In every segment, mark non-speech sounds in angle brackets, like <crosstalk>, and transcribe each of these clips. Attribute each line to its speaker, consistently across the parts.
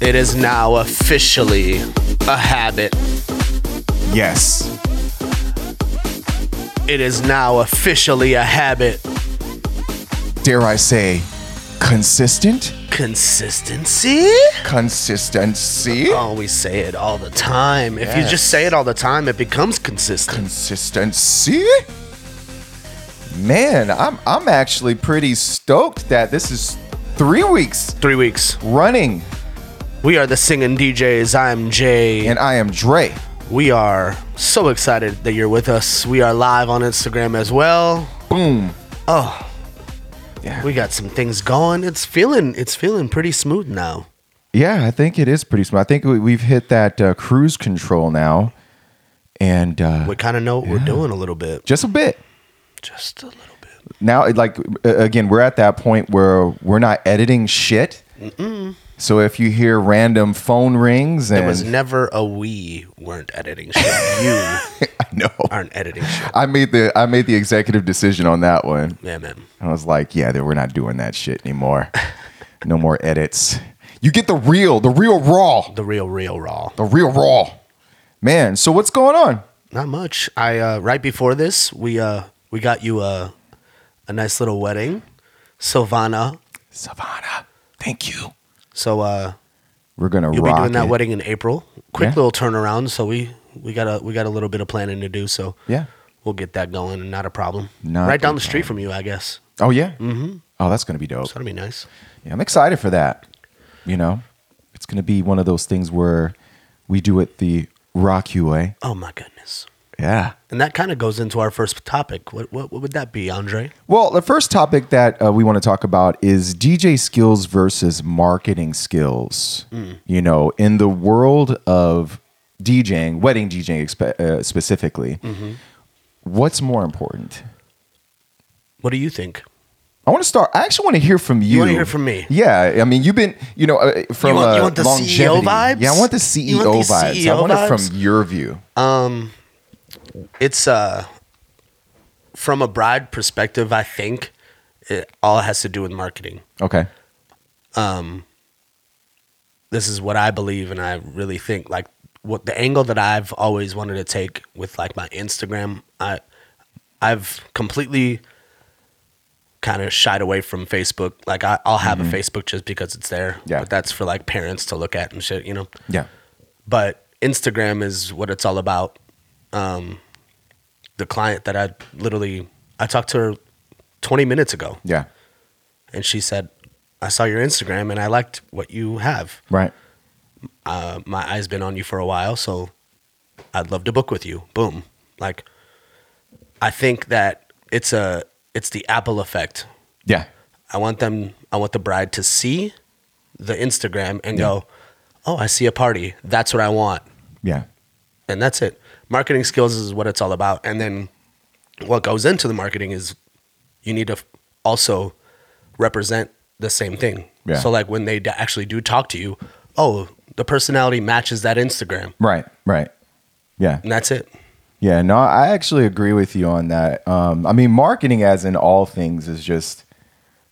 Speaker 1: It is now officially a habit.
Speaker 2: Yes.
Speaker 1: It is now officially a habit.
Speaker 2: Dare I say, consistent?
Speaker 1: Consistency?
Speaker 2: Consistency?
Speaker 1: Oh, we say it all the time. If you
Speaker 2: Yes.
Speaker 1: just say it all the time, it becomes consistent.
Speaker 2: Consistency? Man, I'm I'm actually pretty stoked that this is three weeks
Speaker 1: Three weeks.
Speaker 2: running,
Speaker 1: We are the singing DJs. I'm Jay.
Speaker 2: and I am Dre.
Speaker 1: we are so excited that you're with us. We are live on Instagram as well.
Speaker 2: Boom.
Speaker 1: Oh,
Speaker 2: Yeah.
Speaker 1: we got some things going. It's feeling it's feeling pretty smooth now.
Speaker 2: Yeah, I think it is pretty smooth. I think we, we've hit that uh, cruise control now, and uh,
Speaker 1: We kind of know what we're doing a little bit.
Speaker 2: just a bit.
Speaker 1: Just a little bit.
Speaker 2: now it, like uh, again we're at that point where we're not editing shit so if you hear random phone rings
Speaker 1: There was
Speaker 2: and
Speaker 1: never a we weren't editing
Speaker 2: <laughs>
Speaker 1: shit. You
Speaker 2: no
Speaker 1: aren't editing shit.
Speaker 2: i made the i made the executive decision on that one
Speaker 1: Yeah, man.
Speaker 2: i was like yeah that we're not doing that shit anymore no more edits you get the real the real raw
Speaker 1: The real, real raw.
Speaker 2: the real raw man so what's going on
Speaker 1: Not much. I uh, right before this, we uh, we got you a a nice little wedding, Sylvana.
Speaker 2: savannah thank you
Speaker 1: So uh,
Speaker 2: we're gonna
Speaker 1: you'll
Speaker 2: rock
Speaker 1: be doing that
Speaker 2: it.
Speaker 1: wedding in April. Quick
Speaker 2: Yeah.
Speaker 1: little turnaround. So we we got a we got a little bit of planning to do. So
Speaker 2: yeah
Speaker 1: we'll get that going. Not a problem.
Speaker 2: Not
Speaker 1: right down
Speaker 2: a
Speaker 1: the street from you, I guess.
Speaker 2: oh yeah mm-hmm. oh that's gonna be dope
Speaker 1: So that'll be nice.
Speaker 2: Yeah, I'm excited for that. You know, it's going to be one of those things where we do it the Rocky way.
Speaker 1: Oh my goodness.
Speaker 2: Yeah.
Speaker 1: And that kind of goes into our first topic. What, what what would that be, Andre?
Speaker 2: Well, the first topic that uh, we want to talk about is DJ skills versus marketing skills.
Speaker 1: Hmm.
Speaker 2: You know, in the world of DJing, wedding DJing expe- uh, specifically,
Speaker 1: Mm-hmm.
Speaker 2: what's more important?
Speaker 1: What do you think?
Speaker 2: I want to start. I actually want to hear from you.
Speaker 1: wanna hear from me?
Speaker 2: Yeah, I mean, you've been, you know, uh, from
Speaker 1: You want- you
Speaker 2: uh,
Speaker 1: want the CEO
Speaker 2: longevity.
Speaker 1: vibes?
Speaker 2: Yeah, I want the CEO
Speaker 1: You want the
Speaker 2: vibes.
Speaker 1: CEO
Speaker 2: I want it
Speaker 1: vibes?
Speaker 2: from your view.
Speaker 1: it's uh from a bride perspective i think it all has to do with marketing
Speaker 2: Okay.
Speaker 1: this is what i believe and i really think like what the angle that i've always wanted to take with like my instagram i i've completely kind of shied away from facebook like I, i'll have a facebook just because it's there
Speaker 2: Mm-hmm. Yeah.
Speaker 1: but that's for like parents to look at and shit you know
Speaker 2: Yeah.
Speaker 1: but Instagram is what it's all about. Um, the client that I literally I talked to her 20 minutes ago,
Speaker 2: Yeah.
Speaker 1: and she said, "I saw your Instagram and I liked what you have.
Speaker 2: Right.
Speaker 1: Uh, my eye's been on you for a while, so I'd love to book with you." Boom! Like, I think that it's a it's the Apple effect.
Speaker 2: Yeah.
Speaker 1: I want them. I want the bride to see the Instagram and go, "Oh, I see a party. That's what I want."
Speaker 2: Yeah.
Speaker 1: and that's it. Marketing skills is what it's all about. And then what goes into the marketing is you need to f- also represent the same thing.
Speaker 2: Yeah.
Speaker 1: So like when they d- actually do talk to you, oh, the personality matches that Instagram,
Speaker 2: Right. Right. Yeah.
Speaker 1: and that's it.
Speaker 2: Yeah. No, I actually agree with you on that. Um, I mean, marketing, as in all things, is just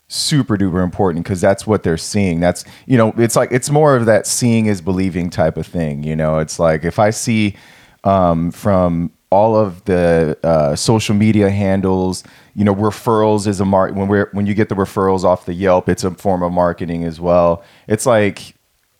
Speaker 2: super duper important because that's what they're seeing. That's, you know, it's like, it's more of that seeing is believing type of thing. You know, it's like if I see um, from all of the uh, social media handles, you know, referrals is a mark when we're, when you get the referrals off the Yelp, it's a form of marketing as well. It's like,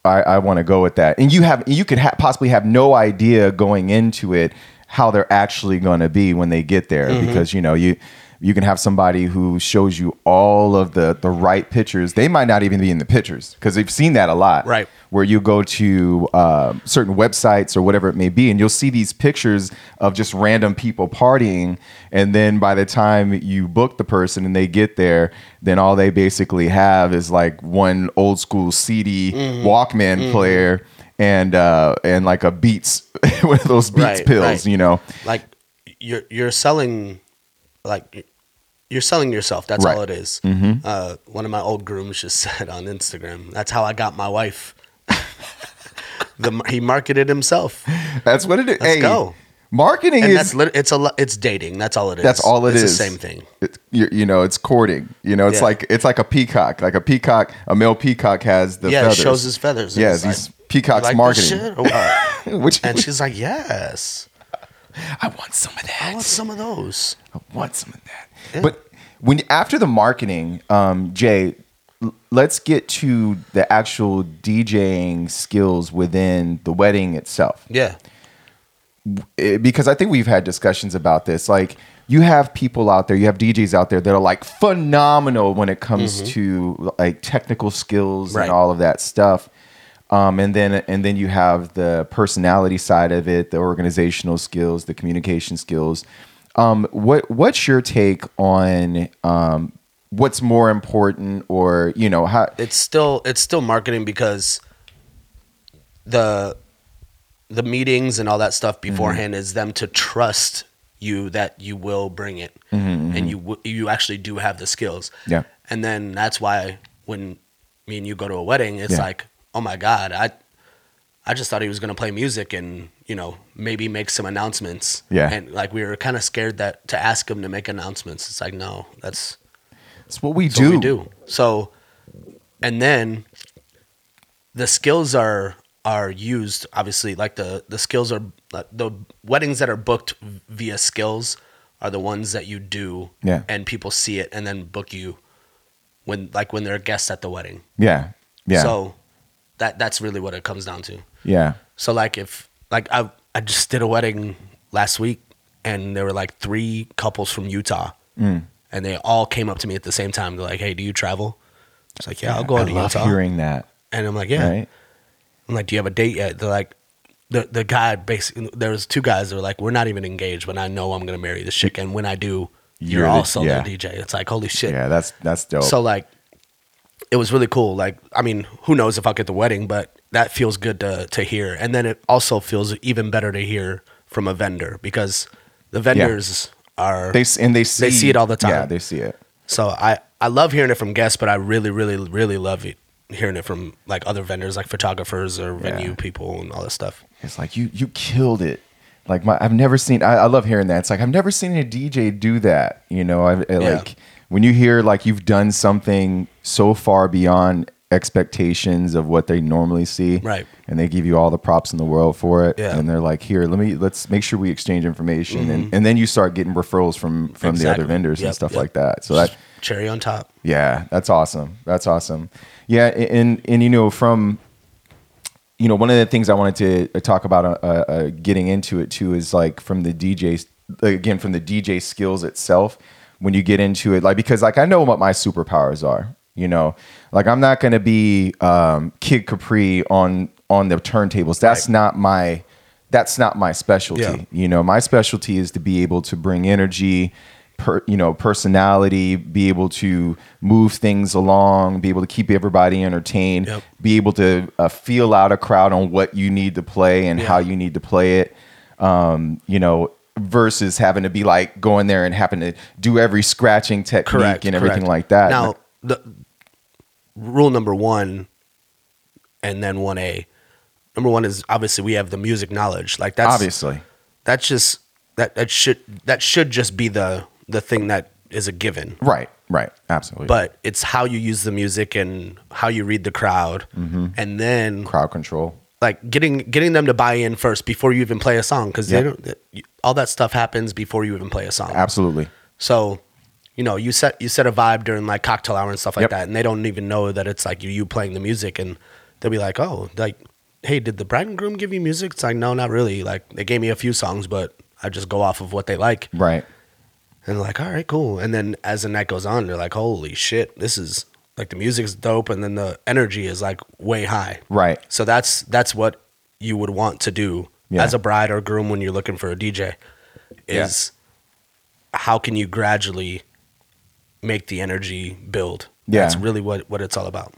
Speaker 2: I, I want to go with that. And you have you could ha- possibly have no idea going into it how they're actually going to be when they get there because you know you you can have somebody who shows you all of the the right pictures. They might not even be in the pictures because they've seen that a lot.
Speaker 1: Right.
Speaker 2: Where you go to uh, certain websites or whatever it may be, and you'll see these pictures of just random people partying, and then by the time you book the person and they get there, then all they basically have is like one old school CD
Speaker 1: Mm-hmm.
Speaker 2: Walkman player and uh, and like a Beats, <laughs> one of those Beats
Speaker 1: Right,
Speaker 2: pills,
Speaker 1: right.
Speaker 2: you know.
Speaker 1: Like you're you're selling, like you're selling yourself. That's
Speaker 2: Right. Mm-hmm.
Speaker 1: all it is. Uh, one of my old grooms just <laughs> said on Instagram, "That's how I got my wife." <laughs> the, he marketed himself.
Speaker 2: That's what it is.
Speaker 1: Let's
Speaker 2: hey,
Speaker 1: go.
Speaker 2: Marketing
Speaker 1: and
Speaker 2: is
Speaker 1: that's lit- it's a lo- it's dating. That's all it is.
Speaker 2: That's all it
Speaker 1: it's
Speaker 2: is.
Speaker 1: The same thing.
Speaker 2: it, you, you know it's courting you know it's
Speaker 1: Yeah.
Speaker 2: like it's like a peacock like a peacock a male peacock has the
Speaker 1: yeah,
Speaker 2: feathers
Speaker 1: it shows his feathers. and
Speaker 2: yeah
Speaker 1: it's
Speaker 2: these
Speaker 1: like,
Speaker 2: peacocks
Speaker 1: "You like this
Speaker 2: marketing
Speaker 1: shit or what?"
Speaker 2: <laughs> which
Speaker 1: and she's like, "Yes,
Speaker 2: i want some of that
Speaker 1: I want some of those."
Speaker 2: I want some of that.
Speaker 1: Yeah.
Speaker 2: But when after the marketing, um, Jay, l- let's get to the actual DJing skills within the wedding itself,
Speaker 1: Yeah,
Speaker 2: Eh, because I think we've had discussions about this. Like, you have people out there, you have DJs out there that are like phenomenal when it comes to like technical skills
Speaker 1: Mm-hmm. Right.
Speaker 2: and all of that stuff. Um, and then and then you have the personality side of it, the organizational skills, the communication skills. Um, what what's your take on um, what's more important, or you know how?
Speaker 1: it's still it's still marketing because the the meetings and all that stuff
Speaker 2: Mm-hmm.
Speaker 1: beforehand is them to trust you that you will bring it and you w- you actually do have the skills.
Speaker 2: Mm-hmm, Yeah.
Speaker 1: And then that's why when me and you go to a wedding, it's
Speaker 2: Yeah.
Speaker 1: like, "Oh my god, I I just thought he was going to play music and, you know, maybe make some announcements."
Speaker 2: Yeah.
Speaker 1: And like we were kind of scared that to ask him to make announcements. It's like, "No, that's
Speaker 2: It's what we
Speaker 1: that's
Speaker 2: do.
Speaker 1: what we do. So, and then the skills are are used obviously like the the skills are like, the weddings that are booked via skills are the ones that you do
Speaker 2: Yeah.
Speaker 1: and people see it and then book you when like when they're a guest at the wedding.
Speaker 2: Yeah, yeah,
Speaker 1: So that that's really what it comes down to.
Speaker 2: yeah.
Speaker 1: So like if like I I just did a wedding last week and there were like three couples from Utah
Speaker 2: Mm.
Speaker 1: and they all came up to me at the same time. They're like, "Hey, do you travel?" I was like, "Yeah, I'll go
Speaker 2: I
Speaker 1: out to
Speaker 2: love
Speaker 1: Utah."
Speaker 2: hearing that.
Speaker 1: and I'm like, "Yeah."
Speaker 2: Right?
Speaker 1: I'm like, "Do you have a date yet?" They're like, the the guy basically there was two guys that were like, "We're not even engaged, but I know I'm gonna marry this chick, and when I do, you're,
Speaker 2: You're the-
Speaker 1: also
Speaker 2: yeah.
Speaker 1: the DJ." It's like, holy shit.
Speaker 2: Yeah, that's that's dope.
Speaker 1: So like, it was really cool. Like, I mean, who knows if I'll get the wedding, but that feels good to to hear. And then it also feels even better to hear from a vendor because the vendors are
Speaker 2: They s- and they see
Speaker 1: see it all the time.
Speaker 2: Yeah, they see it.
Speaker 1: so I I love hearing it from guests, but I really really really love it hearing it from like other vendors like photographers or venue people and all that stuff.
Speaker 2: It's like you you killed it. Like my, I've never seen. I, I love hearing that. It's like I've never seen a DJ do that. You know, I, I like when you hear like you've done something so far beyond expectations of what they normally see,
Speaker 1: Right.
Speaker 2: And they give you all the props in the world for it,
Speaker 1: Yeah. Mm-hmm.
Speaker 2: and they're like, "Here, let me let's make sure we exchange information," and, and then you start getting referrals from from the
Speaker 1: Exactly.
Speaker 2: other vendors
Speaker 1: Yep,
Speaker 2: and stuff
Speaker 1: yep.
Speaker 2: like that. So that
Speaker 1: Cherry on top.
Speaker 2: Yeah, that's awesome. That's awesome. Yeah, and and you know from you know one of the things I wanted to talk about uh, uh, getting into it too is like from the DJ again from the DJ skills itself when you get into it like because like I know what my superpowers are. You know, like I'm not going to be um, Kid Capri on on the turntables. That's not my that's not my specialty.
Speaker 1: Yeah.
Speaker 2: You know, my specialty is to be able to bring energy, per, you know, personality, be able to move things along, be able to keep everybody entertained,
Speaker 1: Yep.
Speaker 2: be able to uh, feel out a crowd on what you need to play and
Speaker 1: Yeah.
Speaker 2: how you need to play it. Um, you know, versus having to be like going there and having to do every scratching technique
Speaker 1: Correct.
Speaker 2: and everything
Speaker 1: correct.
Speaker 2: like that.
Speaker 1: Now the rule number one and then one A. Number one is obviously we have the music knowledge. Like that's
Speaker 2: obviously,
Speaker 1: that's just that that should that should just be the the thing that is a given
Speaker 2: right, right, absolutely.
Speaker 1: but it's how you use the music and how you read the crowd and then
Speaker 2: crowd control.
Speaker 1: like getting getting them to buy in first before you even play a song because
Speaker 2: Yep.
Speaker 1: they don't you- all that stuff happens before you even play a song
Speaker 2: Absolutely.
Speaker 1: so you know you set you set a vibe during like cocktail hour and stuff like
Speaker 2: Yep.
Speaker 1: that and they don't even know that it's like you you playing the music and they'll be like oh like hey did the bride and groom give you music it's like no not really like they gave me a few songs but i just go off of what they like
Speaker 2: Right.
Speaker 1: and they're like, all right, cool. And then as the night goes on, they're like, holy shit, this is like the music's dope, and then the energy is like way high.
Speaker 2: Right.
Speaker 1: So that's that's what you would want to do
Speaker 2: Yeah.
Speaker 1: as a bride or groom when you're looking for a DJ. Is how can you gradually make the energy build?
Speaker 2: Yeah.
Speaker 1: That's really what what it's all about.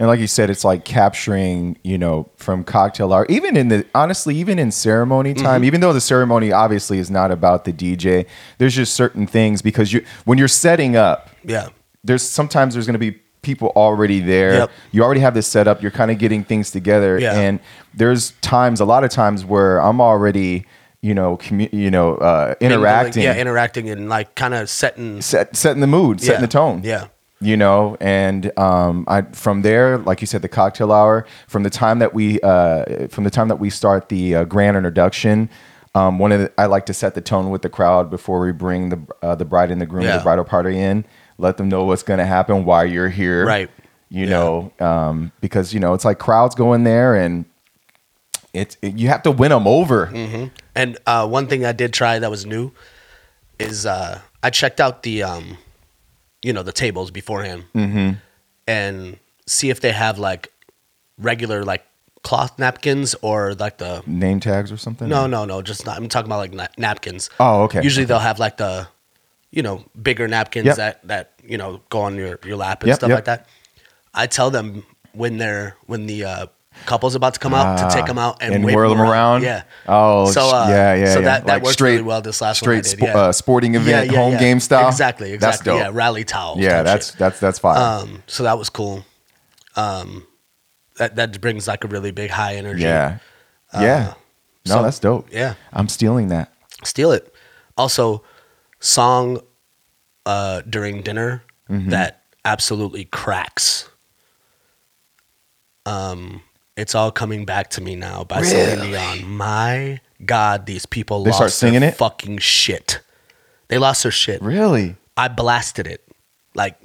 Speaker 2: And like you said, it's like capturing, you know, from cocktail hour, even in the honestly, even in ceremony
Speaker 1: Mm-hmm.
Speaker 2: time, even though the ceremony obviously is not about the DJ, there's just certain things because you when you're setting up,
Speaker 1: Yeah.
Speaker 2: there's sometimes there's going to be people already there.
Speaker 1: Yep.
Speaker 2: You already have this set up. You're kind of getting things together,
Speaker 1: Yeah.
Speaker 2: and there's times, a lot of times, where I'm already you know, commu- you know, uh, interacting,
Speaker 1: yeah, interacting and like kind of setting
Speaker 2: set, setting the mood, setting
Speaker 1: Yeah.
Speaker 2: the tone.
Speaker 1: Yeah.
Speaker 2: You know, and um, I from there, like you said, the cocktail hour. From the time that we, uh, from the time that we start the uh, grand introduction, um, one of the, I like to set the tone with the crowd before we bring the uh, the bride and the groom,
Speaker 1: Yeah.
Speaker 2: the bridal party in. Let them know what's going to happen, why you're here,
Speaker 1: Right.
Speaker 2: You
Speaker 1: Yeah.
Speaker 2: know, um, because you know it's like crowds go in there, and it's it, you have to win them over.
Speaker 1: And uh, one thing I did try that was new is uh, I checked out the, um, you know, the tables beforehand
Speaker 2: Mm. Mm-hmm.
Speaker 1: and see if they have like regular like cloth napkins or like the
Speaker 2: Name tags or something?
Speaker 1: no no no just not, I'm talking about like na- napkins.
Speaker 2: Mm. Oh, okay.
Speaker 1: Usually they'll have like the, you know, bigger napkins
Speaker 2: Yep.
Speaker 1: that that you know go on your your lap and
Speaker 2: Yep,
Speaker 1: stuff
Speaker 2: yep.
Speaker 1: like that. I tell them when they're when the uh, couple's about to come out to take them out and,
Speaker 2: Ah. and
Speaker 1: wave
Speaker 2: whirl them around.
Speaker 1: Yeah.
Speaker 2: Oh,
Speaker 1: So, uh,
Speaker 2: yeah, yeah.
Speaker 1: so
Speaker 2: yeah.
Speaker 1: that- that worked really well this last one I
Speaker 2: straight
Speaker 1: did,
Speaker 2: spo-
Speaker 1: yeah.
Speaker 2: uh, sporting event, home game style.
Speaker 1: Exactly, exactly.
Speaker 2: That's dope.
Speaker 1: Yeah, rally towels.
Speaker 2: Yeah,
Speaker 1: type
Speaker 2: that's
Speaker 1: shit.
Speaker 2: that's that's fire.
Speaker 1: um. So that was cool. Um, that that brings like a really big high energy.
Speaker 2: yeah, yeah. No,
Speaker 1: Um, so-
Speaker 2: that's dope.
Speaker 1: yeah.
Speaker 2: I'm stealing that.
Speaker 1: steal it. Also, song uh during dinner
Speaker 2: Mm-hmm.
Speaker 1: that absolutely cracks. Um, it's all coming back to me now by Celine Dion. My God, these people
Speaker 2: They
Speaker 1: lost
Speaker 2: start singing
Speaker 1: their
Speaker 2: it?
Speaker 1: fucking shit. They lost their shit.
Speaker 2: Really?
Speaker 1: I blasted it, like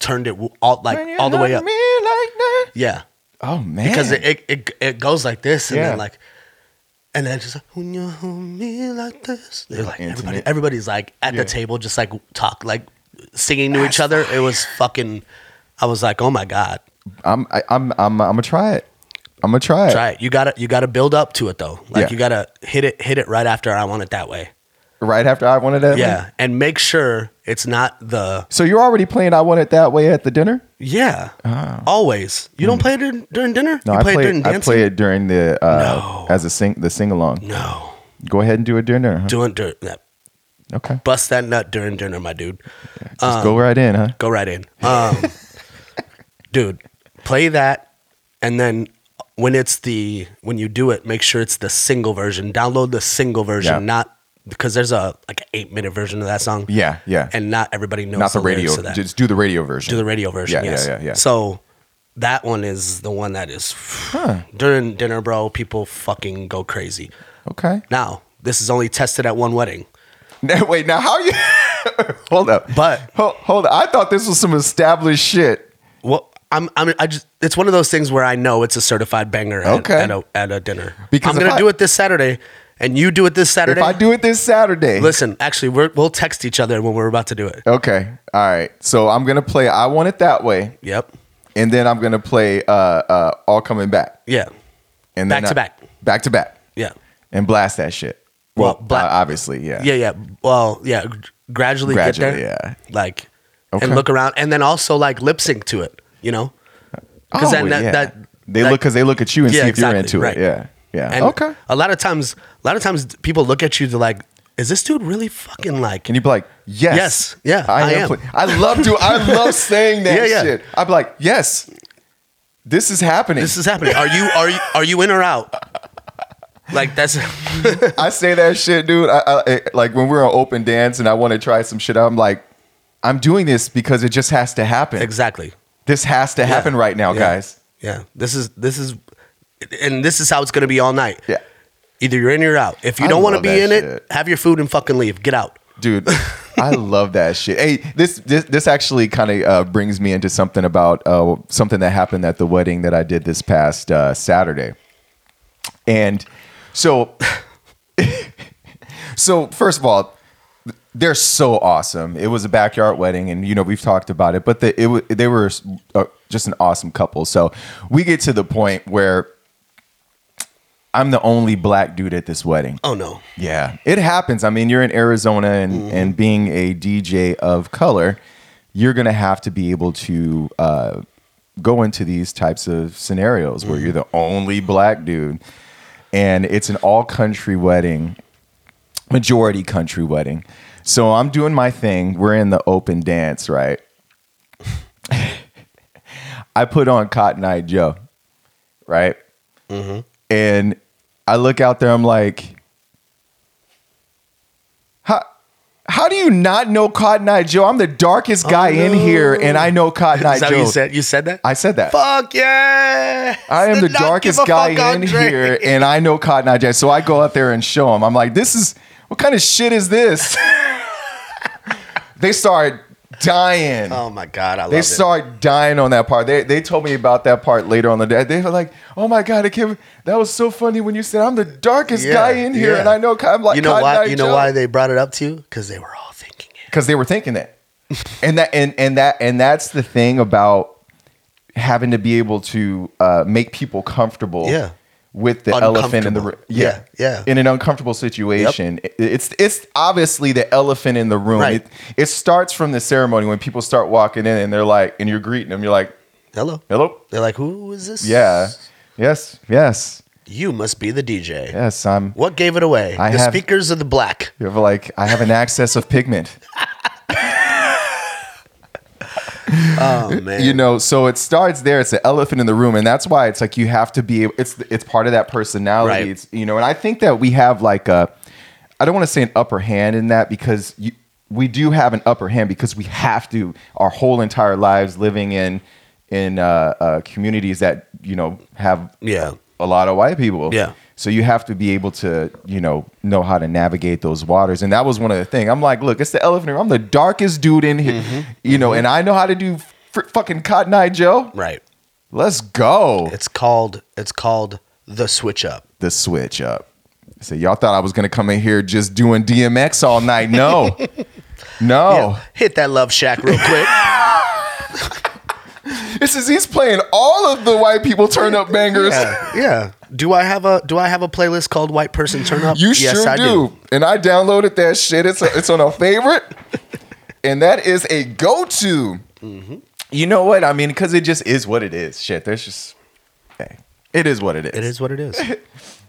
Speaker 1: turned it w- all
Speaker 2: When you
Speaker 1: like all the way
Speaker 2: love
Speaker 1: up.
Speaker 2: me like that.
Speaker 1: Yeah,
Speaker 2: Oh man.
Speaker 1: because it, it it it goes like this, and
Speaker 2: Yeah.
Speaker 1: then like, and then just like when you hold me like this, they're like
Speaker 2: Intimate.
Speaker 1: everybody everybody's like at
Speaker 2: Yeah.
Speaker 1: the table, just like talk like singing to each other. It was fucking. I was like, oh my god,
Speaker 2: I'm I, I'm I'm I'm gonna try it. I'm gonna try it.
Speaker 1: try it. You gotta you gotta build up to it though. Like
Speaker 2: Yeah.
Speaker 1: you gotta hit it hit it right after I want it that way.
Speaker 2: Right after I wanted that.
Speaker 1: Yeah, and make sure it's not the
Speaker 2: So you're already playing I want it that way at the dinner?
Speaker 1: yeah. Always, you don't play it during, during dinner.
Speaker 2: Hmm. No,
Speaker 1: you
Speaker 2: I play
Speaker 1: during
Speaker 2: it, I play it during the uh
Speaker 1: No.
Speaker 2: as a sing the sing along.
Speaker 1: No,
Speaker 2: Go ahead and do it during dinner. Huh?
Speaker 1: doing during that.
Speaker 2: Okay.
Speaker 1: Bust that nut during dinner, my dude.
Speaker 2: Just go right in, huh?
Speaker 1: Go right in.
Speaker 2: <laughs>
Speaker 1: Um, dude, play that. And then when it's the, when you do it, make sure it's the single version. Download the single version,
Speaker 2: Yeah.
Speaker 1: not because there's a like an eight minute version of that song.
Speaker 2: Yeah, yeah.
Speaker 1: And not everybody knows
Speaker 2: not the radio.
Speaker 1: To that.
Speaker 2: Just do the radio version.
Speaker 1: do the radio version.
Speaker 2: Yeah,
Speaker 1: yes.
Speaker 2: yeah, yeah, yeah.
Speaker 1: So that one is the one that is during dinner, bro. People fucking go crazy.
Speaker 2: okay. <laughs>
Speaker 1: Now, this is only tested at one wedding.
Speaker 2: Now, wait, now how you? <laughs> hold up.
Speaker 1: But-
Speaker 2: hold, hold up. I thought this was some established shit.
Speaker 1: Well, I'm, I'm, I just, it's one of those things where I know it's a certified banger at,
Speaker 2: Okay.
Speaker 1: at, a, at a dinner.
Speaker 2: Because
Speaker 1: I'm
Speaker 2: if
Speaker 1: going to
Speaker 2: I-
Speaker 1: do it this Saturday, and you do it this
Speaker 2: If
Speaker 1: Saturday.
Speaker 2: I do it this Saturday,
Speaker 1: Listen, actually, we're, we'll text each other when we're about to do it.
Speaker 2: okay, all right. So I'm gonna play. I want it that way,
Speaker 1: Yep.
Speaker 2: and then I'm gonna play. Uh, uh, all coming back,
Speaker 1: Yeah.
Speaker 2: and
Speaker 1: Back
Speaker 2: then
Speaker 1: to
Speaker 2: I-
Speaker 1: back.
Speaker 2: back to back,
Speaker 1: Yeah.
Speaker 2: and blast that shit.
Speaker 1: Well,
Speaker 2: Well,
Speaker 1: bla-
Speaker 2: uh, obviously, yeah,
Speaker 1: Yeah. Yeah. Well, yeah. gr- Gradually, get
Speaker 2: Gradually,
Speaker 1: there.
Speaker 2: yeah.
Speaker 1: Like,
Speaker 2: Okay.
Speaker 1: and look around, and then also like lip sync to it, you know?
Speaker 2: Oh,
Speaker 1: then that-
Speaker 2: yeah.
Speaker 1: that-
Speaker 2: they
Speaker 1: that-
Speaker 2: look because they look at you and
Speaker 1: Yeah,
Speaker 2: see if
Speaker 1: exactly,
Speaker 2: you're into
Speaker 1: right.
Speaker 2: it. Yeah, yeah.
Speaker 1: And
Speaker 2: okay.
Speaker 1: A lot of times, a lot of times people look at you, they're like, is this dude really fucking like,
Speaker 2: And you'd be like, yes,
Speaker 1: Yes. Yeah, I am.
Speaker 2: pla- I love to. I
Speaker 1: <laughs>
Speaker 2: love saying that
Speaker 1: Yeah, yeah.
Speaker 2: shit. I'd be like, yes, this is happening.
Speaker 1: this is happening. Are you, are you, are you in or out? Like, that's.
Speaker 2: <laughs>
Speaker 1: <laughs>
Speaker 2: I say that shit, dude. I, I, it- like when we're on open dance and I want to try some shit. I'm like, I'm doing this because it just has to happen.
Speaker 1: Exactly.
Speaker 2: This has to happen right now,
Speaker 1: Yeah.
Speaker 2: guys.
Speaker 1: Yeah. This is this is and this is how it's gonna be all night.
Speaker 2: Yeah,
Speaker 1: Either you're in or you're out. If you
Speaker 2: I
Speaker 1: don't want to
Speaker 2: love
Speaker 1: be in
Speaker 2: that
Speaker 1: it,
Speaker 2: shit.
Speaker 1: have your food and fucking leave. Get out.
Speaker 2: dude. <laughs> I love that shit. Hey, this this this actually kind of uh, brings me into something about uh, something that happened at the wedding that I did this past uh, Saturday, and so <laughs> so first of all they're so awesome it was a backyard wedding and you know we've talked about it but the, it, wa- they were uh, just an awesome couple so we get to the point where i'm the only black dude at this wedding
Speaker 1: Oh no.
Speaker 2: yeah, it happens. I mean, you're in Arizona, and and being a DJ of color, you're gonna have to be able to uh, go into these types of scenarios where you're the only black dude, and it's an all country wedding, majority country wedding. So I'm doing my thing. We're in the open dance, right? <laughs> I put on Cotton Eye Joe,
Speaker 1: Mm-hmm.
Speaker 2: right? And I look out there. I'm like How do you not know Cotton Eye Joe? I'm the darkest guy in here, and I know Cotton Eye
Speaker 1: Oh." <laughs> Is that
Speaker 2: Joe.
Speaker 1: what you said? You said that?
Speaker 2: I said that.
Speaker 1: fuck yeah!
Speaker 2: I
Speaker 1: <laughs>
Speaker 2: am the
Speaker 1: Did not
Speaker 2: darkest
Speaker 1: give a
Speaker 2: guy
Speaker 1: fuck,
Speaker 2: in
Speaker 1: Andre.
Speaker 2: here, and I know Cotton Eye Joe. So I go out there and show him. I'm like, this is what kind of shit is this?
Speaker 1: <laughs>
Speaker 2: they start dying.
Speaker 1: Oh my god, I love
Speaker 2: they
Speaker 1: it.
Speaker 2: start dying on that part. They they told me about that part later on the day. They were like, "Oh my god, I can't, that was so funny when you said I'm the darkest
Speaker 1: Yeah,
Speaker 2: guy in here,"
Speaker 1: yeah.
Speaker 2: and I know I'm like,
Speaker 1: you know
Speaker 2: Cotton
Speaker 1: why?
Speaker 2: Eye
Speaker 1: You know
Speaker 2: Joe.
Speaker 1: why they brought it up to you? Because they were all thinking it.
Speaker 2: because they were thinking that and that and, and that and that's the thing about having to be able to uh, make people comfortable
Speaker 1: Yeah.
Speaker 2: with the elephant in the room
Speaker 1: Uncomfortable. Yeah, yeah.
Speaker 2: in an uncomfortable situation It- it's it's obviously the elephant in the room
Speaker 1: Right.
Speaker 2: it, it starts from the ceremony when people start walking in and they're like and you're greeting them you're like
Speaker 1: Hello.
Speaker 2: hello
Speaker 1: They're like, who is this?
Speaker 2: yeah yes yes
Speaker 1: You must be the DJ.
Speaker 2: yes i'm
Speaker 1: What gave it away?
Speaker 2: I
Speaker 1: the
Speaker 2: have-
Speaker 1: speakers or the
Speaker 2: <laughs>
Speaker 1: black?
Speaker 2: you're like i have an access of pigment
Speaker 1: Oh man.
Speaker 2: you know so it starts there it's the elephant in the room and that's why it's like you have to be it's it's part of that personality
Speaker 1: Right.
Speaker 2: it's you know and i think that we have like a i don't want to say an upper hand in that because you, we do have an upper hand because we have to our whole entire lives living in in uh, uh, communities that you know have
Speaker 1: Yeah.
Speaker 2: a lot of white people
Speaker 1: Yeah.
Speaker 2: so you have to be able to, you know, know how to navigate those waters. And that was one of the things. I'm like, look, it's the elephant. in the room. I'm the darkest dude in here,
Speaker 1: Mm-hmm.
Speaker 2: you know, and I know how to do fr- fucking Cotton Eye Joe.
Speaker 1: Right.
Speaker 2: Let's go.
Speaker 1: It's called. It's called the switch up.
Speaker 2: The switch up. So y'all thought I was gonna come in here just doing DMX all night? No,
Speaker 1: <laughs>
Speaker 2: no.
Speaker 1: Yeah. Hit that love shack real quick.
Speaker 2: <laughs> This is he's playing all of the white people turn up bangers.
Speaker 1: yeah. yeah. Do I have a Do I have a playlist called White Person Turn Up?
Speaker 2: You sure do. And I downloaded that shit. It's it's on a <laughs> favorite, and that is a go to. Mm-hmm. You know what I mean? Because it just is what it is. Shit, there's just hey, it is what it is.
Speaker 1: It is what it
Speaker 2: <laughs>
Speaker 1: is.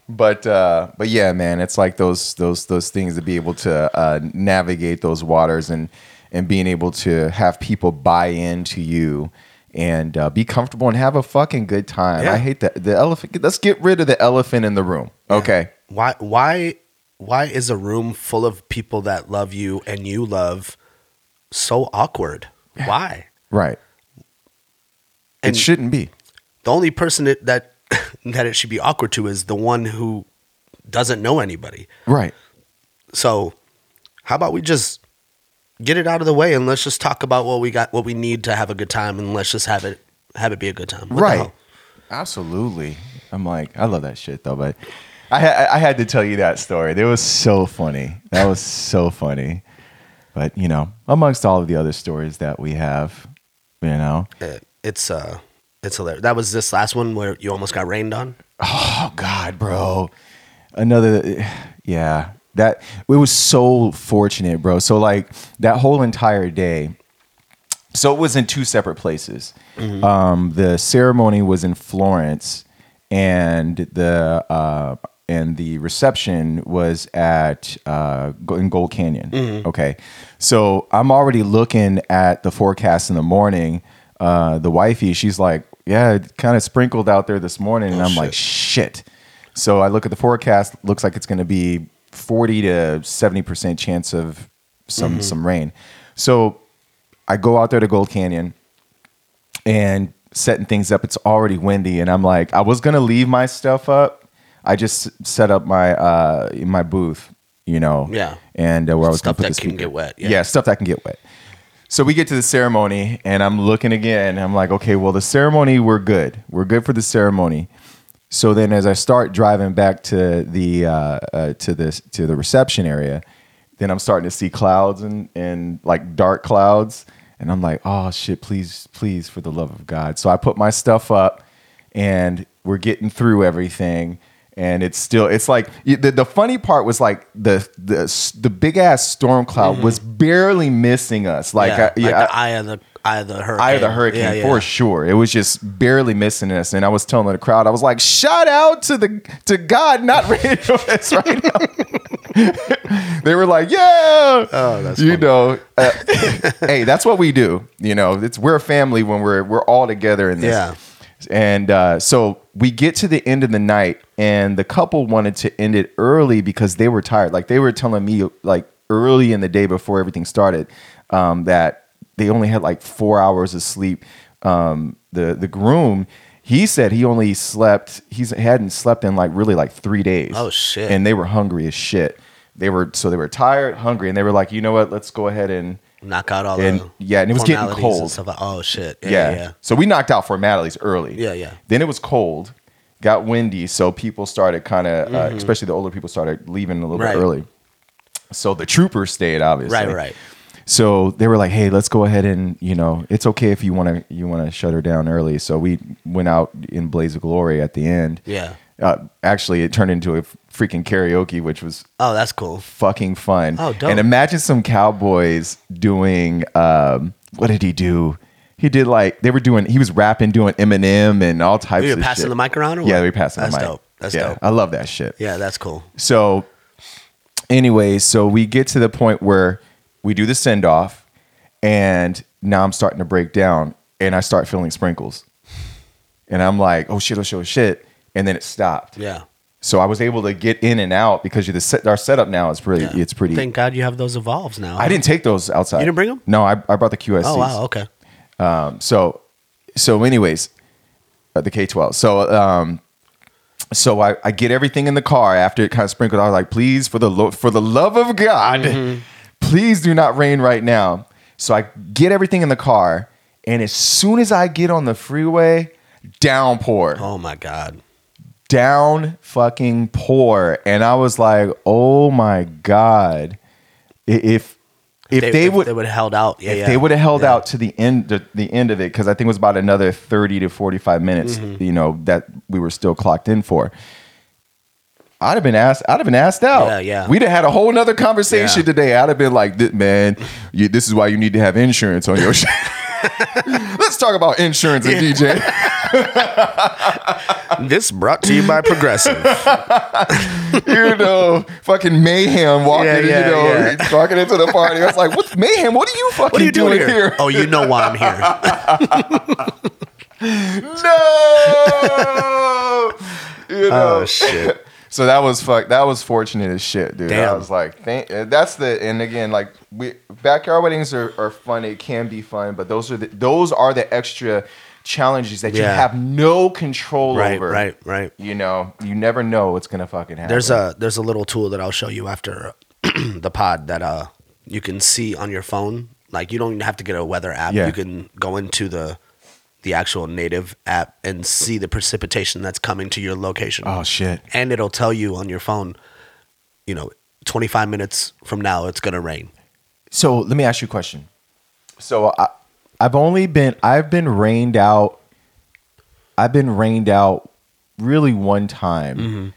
Speaker 2: But uh, but yeah, man, it's like those those those things to be able to uh, navigate those waters and and being able to have people buy into you. And uh, be comfortable and have a fucking good time.
Speaker 1: Yeah.
Speaker 2: I hate that the elephant. Let's get rid of the elephant in the room. Okay,
Speaker 1: why why why is a room full of people that love you and you love so awkward why
Speaker 2: right.
Speaker 1: And-
Speaker 2: it shouldn't be.
Speaker 1: the only person that that, <laughs> that it should be awkward to is the one who doesn't know anybody
Speaker 2: Right.
Speaker 1: so how about we just get it out of the way and let's just talk about what we got what we need to have a good time and let's just have it have it be a good time What the
Speaker 2: Right.
Speaker 1: hell?
Speaker 2: Absolutely. I'm like, I love that shit though, but I ha- I had to tell you that story. That was so funny. That was so funny. But you know, amongst all of the other stories that we have, you know.
Speaker 1: It- it's uh it's hilarious that was this last one where you almost got rained on
Speaker 2: Oh God, bro. Another yeah. That it was so fortunate, bro. So like that whole entire day. So it was in two separate places. Um, the ceremony was in Florence, and the uh, and the reception was at uh, Go- in Gold Canyon. Okay, so I'm already looking at the forecast in the morning. Uh, the wifey, she's like, "Yeah, it kind of sprinkled out there this morning," and I'm like, "Shit!" So I look at the forecast. Looks like it's going to be 40 to 70 percent chance of some
Speaker 1: Mm-hmm.
Speaker 2: some rain. So I go out there to Gold Canyon and setting things up. It's already windy, and I'm like, I was gonna leave my stuff up. I just s- set up my uh my booth, you know.
Speaker 1: Yeah.
Speaker 2: And uh, where I was
Speaker 1: Stuff
Speaker 2: gonna put
Speaker 1: that
Speaker 2: the
Speaker 1: can
Speaker 2: speaker.
Speaker 1: get wet,
Speaker 2: Yeah.
Speaker 1: yeah.
Speaker 2: stuff that can get wet. So we get to the ceremony, and I'm looking again. And I'm like, okay, well, the ceremony, we're good. We're good for the ceremony. So then, as I start driving back to the uh, uh, to this to the reception area, then I'm starting to see clouds and and like dark clouds, and I'm like, oh shit, please, please, for the love of God. So I put my stuff up, and we're getting through everything. And it's still, it's like y- the, the funny part was like the the s- the big ass storm cloud was barely missing us. Like,
Speaker 1: yeah,
Speaker 2: I, yeah,
Speaker 1: like
Speaker 2: I-
Speaker 1: the eye of the eye of the hurricane
Speaker 2: eye of the hurricane
Speaker 1: Yeah, yeah.
Speaker 2: for sure. It was just barely missing us, and I was telling the crowd, I was like, "Shout out to the to God, not <laughs> radio X right now." they were like, "Yeah, oh,
Speaker 1: that's
Speaker 2: you know, uh, <laughs> hey, that's what we do. You know, it's we're a family when we're we're all together in this."
Speaker 1: Yeah.
Speaker 2: And uh, so we get to the end of the night, and the couple wanted to end it early because they were tired. Like they were telling me, like early in the day before everything started um, that they only had like four hours of sleep. Um, the the groom he said he only slept he's hadn't slept in like really like three days.
Speaker 1: Oh, shit.
Speaker 2: And they were hungry as shit. They were so they were tired, hungry, and they were like, you know what? Let's go ahead and
Speaker 1: knock out all
Speaker 2: And-
Speaker 1: the
Speaker 2: yeah, and it was getting
Speaker 1: formalities
Speaker 2: cold.
Speaker 1: and stuff like- oh shit! Yeah,
Speaker 2: yeah.
Speaker 1: yeah. yeah.
Speaker 2: So we knocked out formalities early.
Speaker 1: Yeah, yeah.
Speaker 2: Then it was cold, got windy, so people started kind of, uh, especially the older people, started leaving a little
Speaker 1: Mm-hmm. Right.
Speaker 2: bit early. So the troopers stayed, obviously.
Speaker 1: Right, right.
Speaker 2: So they were like, "Hey, let's go ahead and you know, it's okay if you want to you want to shut her down early." So we went out in blaze of glory at the end.
Speaker 1: Yeah.
Speaker 2: Uh, actually, it turned into a freaking karaoke, which was
Speaker 1: Oh, that's cool.
Speaker 2: fucking fun.
Speaker 1: Oh, dope.
Speaker 2: And imagine some cowboys doing um, what did he do? He did like they were doing. He was rapping, doing Eminem and all types.
Speaker 1: We were
Speaker 2: of
Speaker 1: passing
Speaker 2: shit.
Speaker 1: the mic around. Or
Speaker 2: Yeah,
Speaker 1: what?
Speaker 2: we were passing
Speaker 1: that's
Speaker 2: the mic.
Speaker 1: Dope. That's
Speaker 2: yeah,
Speaker 1: dope.
Speaker 2: I love that shit.
Speaker 1: Yeah, that's cool.
Speaker 2: So, anyway, so we get to the point where we do the send off, and now I'm starting to break down, and I start feeling sprinkles, and I'm like, oh shit, oh shit, oh shit, and then it stopped.
Speaker 1: Yeah.
Speaker 2: So I was able to get in and out because you the set, our setup now is pretty.
Speaker 1: yeah.
Speaker 2: It's pretty.
Speaker 1: Thank God you have those evolves now.
Speaker 2: I didn't take those outside.
Speaker 1: You didn't bring 'em?
Speaker 2: No, I, I brought the QSCs.
Speaker 1: Oh wow. Okay.
Speaker 2: So, so anyways, uh, the K twelve. So, um, so I, I get everything in the car after it kind of sprinkled. I was like, please, for the lo- for the love of God,
Speaker 1: Mm-hmm.
Speaker 2: <laughs> please do not rain right now. So I get everything in the car, and as soon as I get on the freeway, downpour
Speaker 1: Oh my God.
Speaker 2: down fucking poor. And I was like, oh my God. I- If if they, would
Speaker 1: they would have held out. Yeah,
Speaker 2: if
Speaker 1: yeah.
Speaker 2: they would have held
Speaker 1: Yeah.
Speaker 2: out to the end the, the end of it, because I think it was about another 30 to 45 minutes,
Speaker 1: Mm-hmm.
Speaker 2: you know, that we were still clocked in for. I'd have been asked. I'd have been asked out.
Speaker 1: Yeah, yeah.
Speaker 2: We'd have had a whole nother conversation
Speaker 1: Yeah.
Speaker 2: today. I'd have been like, "Th- "Man, you, this is why you need to have insurance on your shit." <laughs> Let's talk about insurance
Speaker 1: <laughs>
Speaker 2: and DJ.
Speaker 1: This brought to you by Progressive.
Speaker 2: you know, fucking mayhem walking,
Speaker 1: Yeah, yeah,
Speaker 2: you know,
Speaker 1: yeah.
Speaker 2: <laughs> walking into the party. I was like, "What mayhem? What are you fucking
Speaker 1: what are you doing, here?
Speaker 2: here?
Speaker 1: Oh, you know why I'm here.
Speaker 2: <laughs> No!"
Speaker 1: <laughs>
Speaker 2: you know.
Speaker 1: Oh shit.
Speaker 2: so that was fuck. That was fortunate as shit, dude. I
Speaker 1: Damn.
Speaker 2: was like, thank, uh, "That's the." And again, like we backyard weddings are, are fun. It can be fun, but those are the those are the extra challenges that you
Speaker 1: Yeah.
Speaker 2: have no control
Speaker 1: Right,
Speaker 2: over.
Speaker 1: right, right.
Speaker 2: You know, you never know what's gonna fucking happen.
Speaker 1: There's a there's a little tool that I'll show you after <clears throat> the pod that uh you can see on your phone. Like you don't even have to get a weather app.
Speaker 2: Yeah.
Speaker 1: You can go into the the actual native app and see the precipitation that's coming to your location.
Speaker 2: oh shit.
Speaker 1: And it'll tell you on your phone, you know, 25 minutes from now it's going to rain.
Speaker 2: So let me ask you a question. So I, I've only been I've been rained out. I've been rained out really one time,
Speaker 1: Mm-hmm.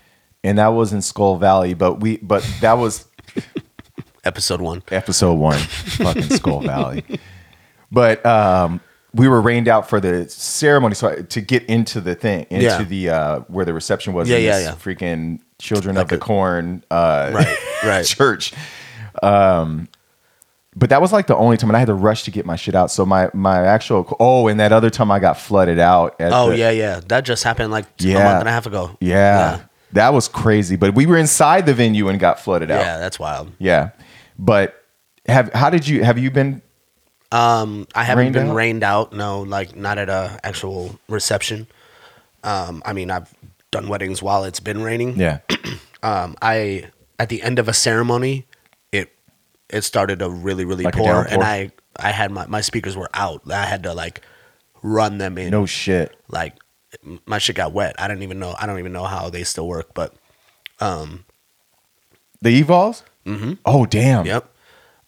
Speaker 2: and that was in Skull Valley. But we but that was
Speaker 1: Episode 1.
Speaker 2: episode one, fucking Skull Valley. But um, we were rained out for the ceremony, so I, to get into the thing, into
Speaker 1: Yeah.
Speaker 2: the uh, where the reception was.
Speaker 1: Yeah,
Speaker 2: in
Speaker 1: yeah,
Speaker 2: this
Speaker 1: yeah.
Speaker 2: Freaking Children of
Speaker 1: Like
Speaker 2: the
Speaker 1: a-
Speaker 2: Corn. Uh,
Speaker 1: Right, right.
Speaker 2: church. Um, but that was like the only time, and I had to rush to get my shit out. So my my actual oh, and that other time I got flooded out. At
Speaker 1: Oh
Speaker 2: the-
Speaker 1: yeah, yeah. That just happened like a
Speaker 2: Yeah.
Speaker 1: month and a half ago.
Speaker 2: yeah, that was crazy. But we were inside the venue and got flooded
Speaker 1: Yeah,
Speaker 2: out.
Speaker 1: yeah that's wild.
Speaker 2: Yeah, but have how did you have you been?
Speaker 1: Um, I haven't
Speaker 2: Rained
Speaker 1: been
Speaker 2: out?
Speaker 1: rained out. No, like not at a actual reception. Um, I mean, I've done weddings while it's been raining.
Speaker 2: Yeah,
Speaker 1: Um, I at the end of a ceremony, it it started to really really
Speaker 2: Like a
Speaker 1: pour, and
Speaker 2: downpour?
Speaker 1: I I had my my speakers were out. I had to like run them in.
Speaker 2: no shit.
Speaker 1: like m- my shit got wet. I don't even know. I don't even know how they still work, but
Speaker 2: The evolves. Mm-hmm. Oh damn.
Speaker 1: Yep.